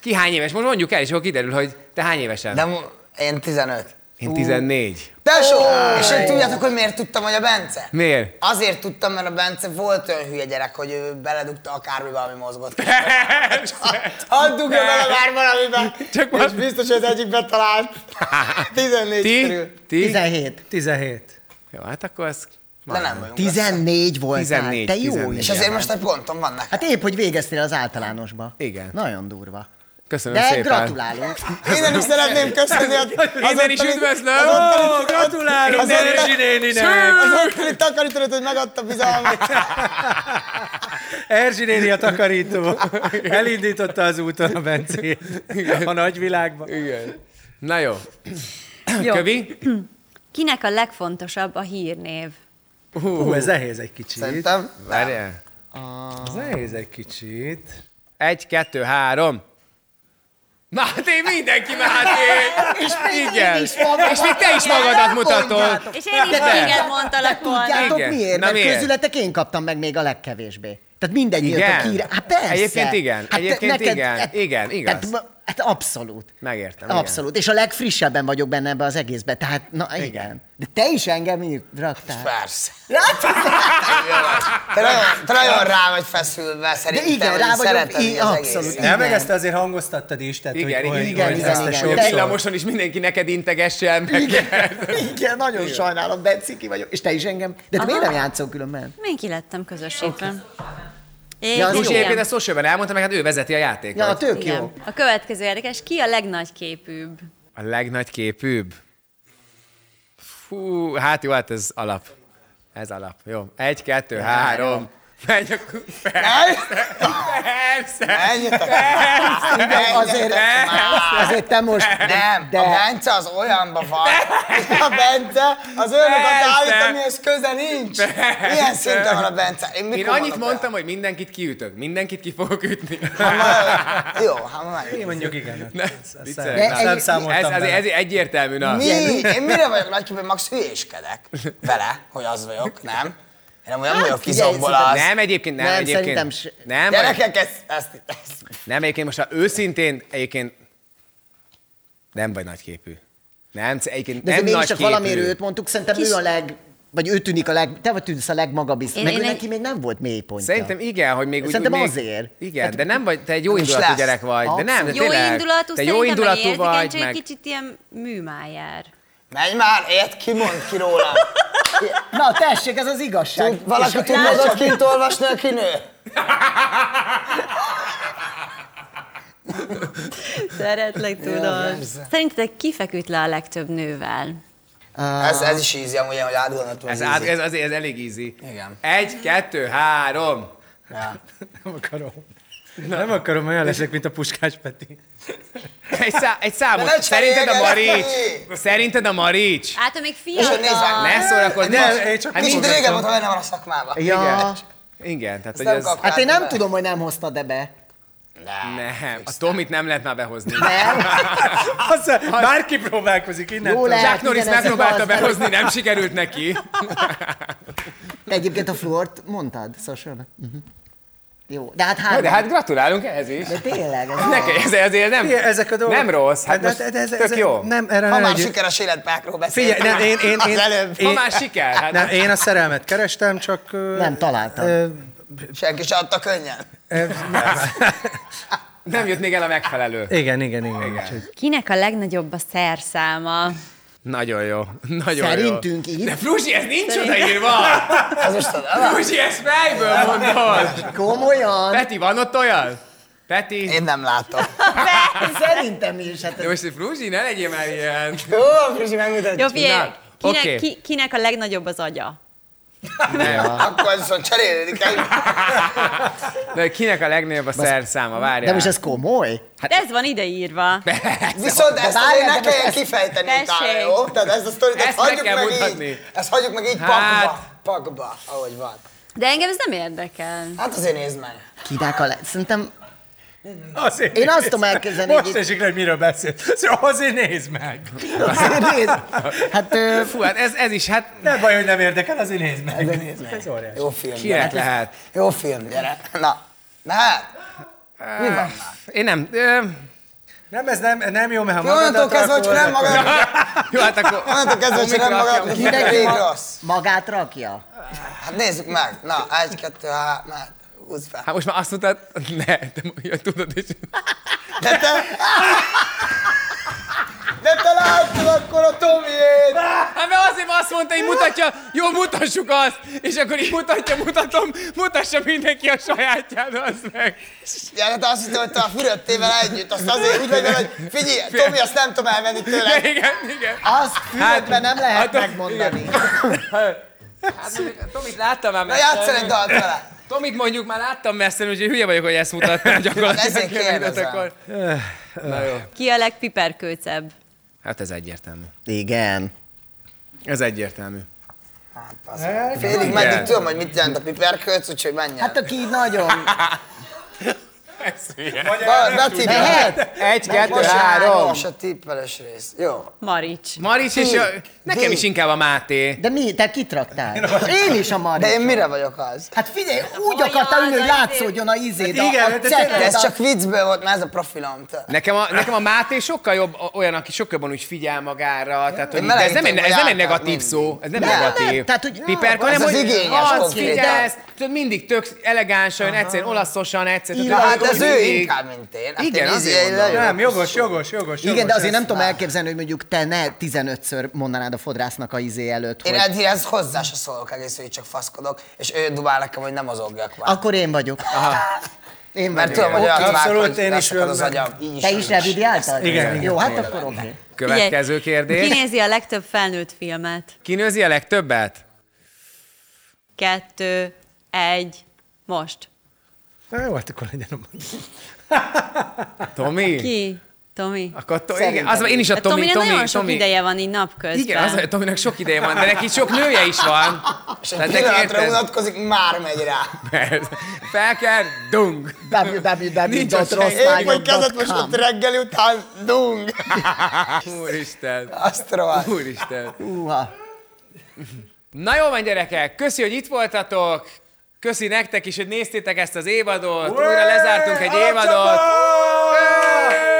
Speaker 1: Ki hány éves? Most mondjuk el, és akkor kiderül, hogy te hány évesen.
Speaker 5: De mo- én 15.
Speaker 1: Én 14.
Speaker 5: Tesó! És én tudjátok, hogy miért tudtam, hogy a Bence?
Speaker 1: Miért?
Speaker 5: Azért tudtam, mert a Bence volt olyan hülye gyerek, hogy ő beledugta akármibe, ami mozgott. Adduk el akár valamibe,
Speaker 1: Csak
Speaker 5: Csak
Speaker 1: már-
Speaker 5: és biztos, hogy az egyik betalált. 14
Speaker 1: Ti?
Speaker 5: körül.
Speaker 1: Ti?
Speaker 4: 17.
Speaker 3: 17.
Speaker 1: Jó, hát akkor az...
Speaker 5: De nem vagyunk. messze.
Speaker 4: 14 voltál,
Speaker 1: 14,
Speaker 4: te jó
Speaker 1: 14.
Speaker 5: És
Speaker 4: ég.
Speaker 5: azért most egy ponton van nekem.
Speaker 4: Hát épp, hogy végeztél az általánosba.
Speaker 1: Igen.
Speaker 4: Nagyon durva.
Speaker 1: Köszönöm
Speaker 4: De
Speaker 1: szépen.
Speaker 4: gratulálunk.
Speaker 5: Innen is szeretném köszönni hát a...
Speaker 1: Innen is üdvözlöm! Ó, gratulálok
Speaker 5: Azon,
Speaker 1: Derezsi néninek!
Speaker 5: az ottani takarítót, hogy megadta bizalmat.
Speaker 3: Erzsi néni a takarító. Elindította az úton a Bencét. A nagyvilágban.
Speaker 1: Igen. Na jó.
Speaker 7: Jó.
Speaker 1: Kövi?
Speaker 7: Kinek a legfontosabb a hírnév?
Speaker 3: Hú, ez nehéz egy kicsit.
Speaker 5: Szerintem.
Speaker 1: Várjál.
Speaker 3: Ez nehéz egy kicsit.
Speaker 1: Egy, kettő, három. Máté, mindenki Máté! És Igen.
Speaker 4: is magam-
Speaker 1: És még te is magadat mutatod.
Speaker 7: És én is téged mondtalak volna.
Speaker 4: Tudjátok
Speaker 1: Igen.
Speaker 4: miért?
Speaker 1: Na
Speaker 4: Mert
Speaker 1: miért?
Speaker 4: közületek én kaptam meg még a legkevésbé. Tehát minden
Speaker 1: Igen?
Speaker 4: nyílt a kír. Hát persze. Hát
Speaker 1: Egyébként igen,
Speaker 4: te-
Speaker 1: egyébként igen, igen, igaz.
Speaker 4: Tehát, ma- hát abszolút.
Speaker 1: Megértem, Hát igen.
Speaker 4: Abszolút. És a legfrissebben vagyok benne ebbe az egészbe. Tehát, na igen. igen. De te is engem Hát, így raktál.
Speaker 5: Persze. Te nagyon, te nagyon rá vagy feszülve, szerintem.
Speaker 4: igen,
Speaker 5: hogy
Speaker 4: rá vagyok,
Speaker 5: szereted
Speaker 4: í-
Speaker 5: az
Speaker 4: abszolút.
Speaker 5: egészet.
Speaker 3: Nem, meg
Speaker 4: Igen.
Speaker 3: ezt azért hangoztattad is, tehát
Speaker 1: Igen,
Speaker 3: hogy,
Speaker 1: igen,
Speaker 3: hogy,
Speaker 1: igen,
Speaker 3: hogy
Speaker 1: igen,
Speaker 3: ezt te
Speaker 4: igen.
Speaker 1: A
Speaker 4: Jó,
Speaker 3: sokszor-
Speaker 1: villamoson is mindenki neked integessen. Meg
Speaker 4: Igen, nagyon igen. sajnálom, Benci, ki vagyok. És te is engem. De te miért nem játszol különben?
Speaker 7: Én ki lettem közösségben. Én,
Speaker 4: Ja, az
Speaker 1: És
Speaker 4: jó.
Speaker 1: egyébként ezt Social-ben elmondta, meg hát ő vezeti a játékot.
Speaker 4: Ja, a tök jó.
Speaker 7: igen. A következő érdekes, ki a legnagyképűbb?
Speaker 1: A legnagyképűbb? Fú, hát jó, hát ez alap. Ez alap. Jó. Egy, kettő, három. három. Menj a ku- Persze. Persze.
Speaker 5: Menjetek!
Speaker 4: Igen, azért, azért te most...
Speaker 5: Nem, de... a
Speaker 4: de,
Speaker 5: Bence az olyanba van. A Bence az olyanokat
Speaker 1: Persze.
Speaker 5: állít, amihez köze nincs. Ilyen szinten van a Bence. Én,
Speaker 1: Én
Speaker 5: mikor
Speaker 1: annyit
Speaker 5: mondok
Speaker 1: mondtam, hogy mindenkit kiütök. Mindenkit ki fogok ütni.
Speaker 5: olyan? Hát már- Jó, hát már
Speaker 3: Én
Speaker 5: meg.
Speaker 3: mondjuk igen.
Speaker 1: Ne,
Speaker 3: ezt- ezt
Speaker 1: viccelek.
Speaker 3: nem-
Speaker 4: De
Speaker 3: Nem
Speaker 4: egy-
Speaker 1: Ez,
Speaker 3: számoltam
Speaker 1: ez,
Speaker 3: bele.
Speaker 1: ez egyértelmű, na.
Speaker 5: Mi? Én mire vagyok nagyképpen, max hülyéskedek vele, hogy az vagyok, nem? Én nem olyan
Speaker 4: Hát,
Speaker 5: vagyok
Speaker 4: figyelj,
Speaker 5: kizomból
Speaker 4: szerintem
Speaker 5: az.
Speaker 1: Nem, egyébként nem,
Speaker 4: Nem,
Speaker 1: egyébként.
Speaker 4: szerintem s-
Speaker 1: nem, vagy-
Speaker 5: Gyerekek, ezt, ezt, ezt.
Speaker 1: nem, egyébként most ha őszintén, egyébként nem vagy nagyképű. Nem, egyébként
Speaker 4: de
Speaker 1: nem
Speaker 4: azért mégiscsak
Speaker 1: nagyképű.
Speaker 4: valamiért őt mondtuk, szerintem ő a leg... Vagy ő tűnik a leg... Te vagy tűnsz a legmagabiztos.
Speaker 7: Én-
Speaker 4: Meg
Speaker 7: én
Speaker 4: ő
Speaker 7: egy-
Speaker 4: neki még nem volt mély pontja.
Speaker 1: Szerintem igen, hogy még úgy... úgy
Speaker 4: Szerintem
Speaker 1: még,
Speaker 4: azért.
Speaker 1: Igen,
Speaker 4: Hát-
Speaker 1: de nem vagy, te egy jó
Speaker 5: is
Speaker 1: indulatú
Speaker 5: lesz.
Speaker 1: gyerek vagy, de nem, de
Speaker 7: Jó
Speaker 1: tényleg,
Speaker 7: indulatú,
Speaker 1: te jó indulatú
Speaker 7: vagy,
Speaker 1: vagy,
Speaker 7: csak egy
Speaker 1: meg...
Speaker 7: kicsit ilyen műmájár.
Speaker 5: Menj már, ért, ki mond ki rólam.
Speaker 4: Na, tessék, ez az igazság.
Speaker 5: Tud- Valaki
Speaker 4: És-
Speaker 5: tud magad kint olvasni, aki nő?
Speaker 7: Szeretlek, tudod. Szerintetek ki feküdt le a legtöbb nővel?
Speaker 5: Ez, ez is ízi, amúgy, hogy átgondoltam.
Speaker 1: Ez,
Speaker 5: az
Speaker 1: át,
Speaker 5: ízi.
Speaker 1: ez, azért, ez elég easy.
Speaker 5: Igen.
Speaker 1: Egy, kettő, három.
Speaker 5: Ja.
Speaker 3: Nem akarom. Nem akarom, olyan leszek, mint a Puskás Peti.
Speaker 1: Egy, szá, egy számot.
Speaker 5: De ne
Speaker 1: Szerinted a
Speaker 5: cseréljenek
Speaker 1: Marics? Szerinted a Marics?
Speaker 7: Hát, amíg
Speaker 5: És nézd
Speaker 7: fiatal.
Speaker 5: meg.
Speaker 1: Ne szórakozz.
Speaker 3: Nem, én csak
Speaker 1: hát
Speaker 5: Nincs,
Speaker 1: nincs,
Speaker 3: mutogatom.
Speaker 5: de régen voltam, benne van a szakmában.
Speaker 4: Ja.
Speaker 1: igen, tehát hogy
Speaker 5: nem
Speaker 1: ez...
Speaker 5: kap-
Speaker 4: Hát én
Speaker 5: Látod,
Speaker 4: nem
Speaker 5: de-
Speaker 4: tudom, hogy nem hoztad ebbe.
Speaker 1: Nem, a Tomit nem lehet már behozni.
Speaker 3: Azzal bárki próbálkozik
Speaker 4: Jó
Speaker 3: innen.
Speaker 4: lehet.
Speaker 1: Jack Norris
Speaker 4: igen, ez
Speaker 1: megpróbálta
Speaker 4: igaz, de-
Speaker 1: behozni, nem sikerült neki.
Speaker 4: Te egyébként a fluort mondtad, Szosor? Jó, de hát
Speaker 1: Na,
Speaker 4: három.
Speaker 1: De hát gratulálunk ehhez is.
Speaker 4: De tényleg, ez
Speaker 1: Neked ez azért nem,
Speaker 3: Ezek a dolgok.
Speaker 1: nem rossz, hát
Speaker 3: De-
Speaker 1: most
Speaker 3: de- de- de-
Speaker 1: tök
Speaker 3: de-
Speaker 1: jó.
Speaker 3: Nem, erre
Speaker 5: Ha
Speaker 3: ne
Speaker 5: már
Speaker 3: legyünk-
Speaker 5: sikeres életpákról
Speaker 3: Figyelj,
Speaker 5: beszéltünk.
Speaker 3: nem, én, én, én,
Speaker 5: Az előbb.
Speaker 1: Ha
Speaker 3: én,
Speaker 1: már siker, hát
Speaker 3: nem, én a szerelmet kerestem, csak... ö,
Speaker 4: Nem találtam.
Speaker 3: ö,
Speaker 5: Senki se adta könnyen.
Speaker 1: nem jött még el a megfelelő.
Speaker 3: Igen, igen, igen. úgyhogy-
Speaker 7: Kinek a legnagyobb a szerszáma?
Speaker 1: Nagyon jó. Nagyon
Speaker 4: Szerintünk
Speaker 1: jó.
Speaker 4: így?
Speaker 1: De Fruzsi, ez nincs odaírva!
Speaker 5: Ez most tudom.
Speaker 1: Fruzsi, ezt fejből mondod!
Speaker 4: Komolyan?
Speaker 1: Peti, van ott olyan? Peti?
Speaker 5: Én nem látom.
Speaker 4: Szerintem is. Hát ez-
Speaker 1: De most Fruzsi, ne legyél már ilyen.
Speaker 5: Jó, Fruzsi, megmutatja.
Speaker 7: Jó, figyelj,
Speaker 1: Na,
Speaker 7: kinek,
Speaker 1: oké.
Speaker 7: ki, kinek a legnagyobb az agya?
Speaker 5: Akkor viszont cserélődik egy.
Speaker 1: De kinek a legnagyobb a szerszáma? Várjál.
Speaker 4: De most ez komoly?
Speaker 7: Hát ez van ideírva.
Speaker 5: Viszont ezt
Speaker 4: várjál,
Speaker 5: azért
Speaker 4: de
Speaker 5: ne
Speaker 4: most
Speaker 5: kelljen
Speaker 4: ezt-
Speaker 5: kifejteni utána,
Speaker 7: Tessék.
Speaker 5: jó? Tehát ezt a sztorit, ezt
Speaker 1: Ezt meg
Speaker 5: hagyjuk
Speaker 1: kell
Speaker 5: meg
Speaker 1: mutatni.
Speaker 5: így. Ezt hagyjuk meg így
Speaker 1: Hát.
Speaker 5: pakba. Pakba, ahogy van.
Speaker 7: De engem ez nem érdekel.
Speaker 5: Hát azért nézd meg.
Speaker 4: Kinek a le... Szerintem
Speaker 3: Azért
Speaker 4: Én azt
Speaker 3: nézd
Speaker 4: tudom
Speaker 3: meg.
Speaker 4: elképzelni,
Speaker 3: Most
Speaker 4: hogy-
Speaker 3: esik le, hogy miről beszél. Szóval azért nézd meg.
Speaker 4: azért nézd. Hát ö,
Speaker 1: Fú, hát ez, ez is, hát
Speaker 3: Nem baj, hogy nem érdekel, azért nézd meg. Azért nézd meg. Ez óriás.
Speaker 5: Jó film,
Speaker 1: kinek
Speaker 5: gyere.
Speaker 1: lehet?
Speaker 5: Jó film, gyere. Na. Na hát. Mi van már?
Speaker 1: Én nem... Ö,
Speaker 3: Nem, ez nem, nem jó, mert ha
Speaker 5: Onnantól
Speaker 3: magadat
Speaker 5: kezdve, hogy
Speaker 3: rakod,
Speaker 5: nem
Speaker 3: akkor-
Speaker 5: magad,
Speaker 1: Jó, hát akkor...
Speaker 5: onnantól kezdve, hogy nem
Speaker 1: Mikra rakjam?
Speaker 5: magad, mindenki rossz.
Speaker 4: Magát rakja?
Speaker 5: Hát nézzük meg. Na, egy, kettő, há, már húzd fel.
Speaker 1: Hát most már azt mondtad, ne, de mondja, tudod, és...
Speaker 5: De te... De te láttad akkor a Tomiét!
Speaker 1: Hát mert azért azt mondta, hogy mutatja, jó, mutassuk azt, és akkor így mutatja, mutatom, mutassa mindenki a sajátját, az meg.
Speaker 5: Ja, hát azt hittem, hogy te a fürödtével együtt, azt azért úgy vagy vele, hogy figyelj, Tomi, azt nem tudom elvenni tőle.
Speaker 1: Igen, igen.
Speaker 5: Hát,
Speaker 4: Azt fülöttben nem lehet
Speaker 1: hát-
Speaker 4: megmondani.
Speaker 1: Hát, mondjuk, Tomit láttam már
Speaker 5: Na játsszál egy dalt vele.
Speaker 1: Tomit mondjuk már láttam messzen, úgyhogy hülye vagyok, hogy ezt mutattam gyakorlatilag.
Speaker 5: Hát, ezért kérdezem.
Speaker 1: Na jó.
Speaker 7: Ki a legpiperkőcebb?
Speaker 1: Hát ez egyértelmű.
Speaker 4: Igen.
Speaker 1: Ez egyértelmű.
Speaker 5: Félig meddig tudom, hogy mit jelent a piperkölc, úgyhogy menjen. Hát,
Speaker 4: Hát aki így nagyon...
Speaker 5: Betippel.
Speaker 4: Lehet?
Speaker 1: Egy, kettő,
Speaker 5: Most
Speaker 1: három.
Speaker 5: most a tippeles rész. Jó.
Speaker 7: Marics.
Speaker 1: Marics és a... Nekem
Speaker 5: Ki?
Speaker 1: is inkább a Máté.
Speaker 4: De mi? Te kit raktál? Én is a
Speaker 5: De én
Speaker 4: Mari.
Speaker 5: mire vagyok az?
Speaker 4: Hát figyelj, úgy akartam ülni, hogy látszódjon a izéd, a,
Speaker 3: Hát igen,
Speaker 4: a
Speaker 3: de te
Speaker 5: De
Speaker 4: cetted,
Speaker 5: ez
Speaker 4: a-
Speaker 5: csak viccből volt, mert ez a profilom. te.
Speaker 1: Nekem a, nekem a Máté sokkal jobb o- olyan, aki sokkal jobban úgy figyel magára. Tehát, hogy,
Speaker 5: Én
Speaker 1: de ez nem, egy,
Speaker 5: melegítom,
Speaker 1: ez nem egy
Speaker 5: hogy
Speaker 1: negatív
Speaker 5: mindig.
Speaker 1: szó. Ez nem
Speaker 4: Nem,
Speaker 1: negatív.
Speaker 4: nem, tehát, hogy-
Speaker 1: Piperka,
Speaker 5: Ez
Speaker 1: hanem,
Speaker 5: az
Speaker 1: hogy
Speaker 5: igényes
Speaker 1: az
Speaker 5: konkrétan.
Speaker 1: figyelsz, tudod, mindig tök elegánsan, olyan egyszerűen olaszosan, egyszerűen.
Speaker 5: Na,
Speaker 1: tudod,
Speaker 5: hát
Speaker 1: hogy
Speaker 5: ez ő
Speaker 1: mindig-
Speaker 5: inkább, mint én. Hát
Speaker 1: Igen,
Speaker 5: én
Speaker 1: azért
Speaker 5: izé-
Speaker 1: mondom.
Speaker 5: le-
Speaker 3: Nem, jogos, jogos, jogos.
Speaker 4: Igen,
Speaker 3: jogos,
Speaker 4: de azért
Speaker 3: ez-
Speaker 4: nem tudom elképzelni, hogy mondjuk te ne 15-ször mondanád a fodrásznak a izé előtt,
Speaker 5: Én
Speaker 4: hogy
Speaker 5: Eddihez hozzá se szólok egész, hogy csak faszkodok, és ő dubál nekem, hogy nem mozogjak már.
Speaker 4: akkor én vagyok. Én
Speaker 5: Mert
Speaker 4: vagyok.
Speaker 5: tudom, hogy
Speaker 4: Oké.
Speaker 5: olyan
Speaker 3: abszolút,
Speaker 5: vág, hogy
Speaker 3: én is
Speaker 5: leszakad az
Speaker 3: örülök.
Speaker 5: agyam. Így
Speaker 4: Te is
Speaker 5: örülök.
Speaker 4: revidiáltad?
Speaker 3: Igen, igen.
Speaker 4: Jó, hát akkor oké.
Speaker 1: Következő
Speaker 7: Ki
Speaker 1: kérdés.
Speaker 7: nézi a legtöbb felnőtt filmet?
Speaker 1: Kinőzi a legtöbbet?
Speaker 7: Kettő, egy, most.
Speaker 3: Na, Jó, hát akkor legyen a Mari.
Speaker 1: Tomi?
Speaker 7: Ki? Tomi?
Speaker 1: Akkor to- igen, az, én is a
Speaker 7: Hát Tomi,
Speaker 1: Tomi,
Speaker 7: Tomi,
Speaker 1: Tomi,
Speaker 7: nagyon sok
Speaker 1: Tomi.
Speaker 7: ideje van így napközben.
Speaker 1: Igen, az, hogy Tominak sok ideje van, de neki sok nője is van.
Speaker 5: És egy
Speaker 1: Tehát neki
Speaker 5: pillanatra
Speaker 1: érted?
Speaker 5: unatkozik, már megy rá.
Speaker 1: Persze. Fel kell, dung. Nincs ott
Speaker 5: Én vagy kezdett most
Speaker 4: www.rosszlányok.com
Speaker 5: ott reggel után, dung!
Speaker 1: Úristen.
Speaker 5: Azt rohadt.
Speaker 1: Úristen.
Speaker 4: Uha.
Speaker 1: Na jó van, gyerekek, köszi, hogy itt voltatok. Köszi nektek is, hogy néztétek ezt az évadot. Újra lezártunk egy évadot.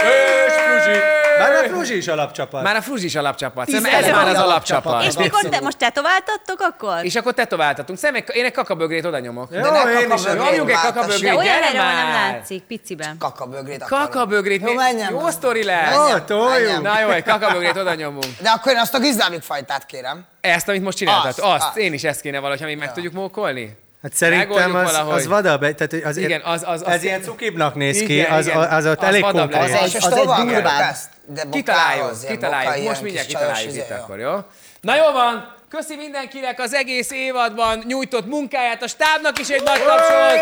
Speaker 1: És Fruzsi.
Speaker 3: Már a Fruzsi is alapcsapat.
Speaker 1: Már a Fruzsi is alapcsapat. Szerintem ez
Speaker 4: Tizenhat
Speaker 1: már az
Speaker 4: alapcsapat.
Speaker 1: alapcsapat.
Speaker 7: És mikor te, most tetováltattok akkor?
Speaker 1: És akkor tetováltatunk. Szerintem egy- én egy kakabögrét oda nyomok.
Speaker 3: Jó,
Speaker 5: ne
Speaker 3: én is.
Speaker 5: kapom
Speaker 3: örülök.
Speaker 5: el.
Speaker 1: Nyomjuk egy
Speaker 5: már,
Speaker 7: De
Speaker 1: kakabögrét,
Speaker 5: tessék.
Speaker 7: olyan
Speaker 1: gyere
Speaker 7: erre van, nem
Speaker 1: már!
Speaker 7: látszik, piciben.
Speaker 5: Kakabögrét akarom.
Speaker 1: Kakabögrét,
Speaker 5: Jó, menjen
Speaker 1: jó
Speaker 5: már.
Speaker 1: sztori lesz!
Speaker 3: Ó, toljuk.
Speaker 5: Menjen.
Speaker 1: Na jó, egy kakabögrét oda nyomunk.
Speaker 5: De akkor én azt a gizdámik fajtát kérem.
Speaker 1: Ezt, amit most csináltad, azt,
Speaker 5: Azt,
Speaker 1: azt,
Speaker 5: azt.
Speaker 1: én is ezt kéne valahogy, ha mi meg tudjuk mókolni.
Speaker 3: Hát szerintem
Speaker 1: Megoldjuk
Speaker 3: az,
Speaker 1: valahogy.
Speaker 3: az vadabb, egy- tehát hogy az,
Speaker 1: Igen, az- az- az-
Speaker 3: ez ilyen cukibbnak néz ki,
Speaker 1: Igen,
Speaker 3: az,
Speaker 1: igen.
Speaker 3: az, az ott
Speaker 1: Az
Speaker 3: elég
Speaker 1: vadabb
Speaker 3: konkrét.
Speaker 1: lesz.
Speaker 4: Az egy-
Speaker 5: És
Speaker 4: az
Speaker 5: ezt
Speaker 4: egy
Speaker 5: tovább kell
Speaker 4: durvább.
Speaker 5: ezt, de bokához,
Speaker 1: Kitaláljuk,
Speaker 5: ilyen boka,
Speaker 1: kitaláljuk, most
Speaker 5: ilyen
Speaker 1: mindjárt
Speaker 5: kis csajos
Speaker 1: kitaláljuk itt
Speaker 5: izé, jó.
Speaker 1: akkor, jó? Na jó van, köszi mindenkinek az egész évadban nyújtott munkáját, a stábnak is egy nagy kapcsolat.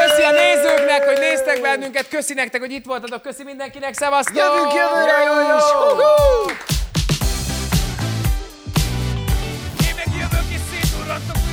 Speaker 1: Köszi a nézőknek, hogy néztek bennünket, köszi nektek, hogy itt voltatok, köszi mindenkinek, szevasztok!
Speaker 4: Jövünk jövőre
Speaker 1: Jó, jó,
Speaker 4: is!
Speaker 1: jó!
Speaker 4: Hú-hú!
Speaker 8: Én meg jövök és szétdurrantok mindenkit!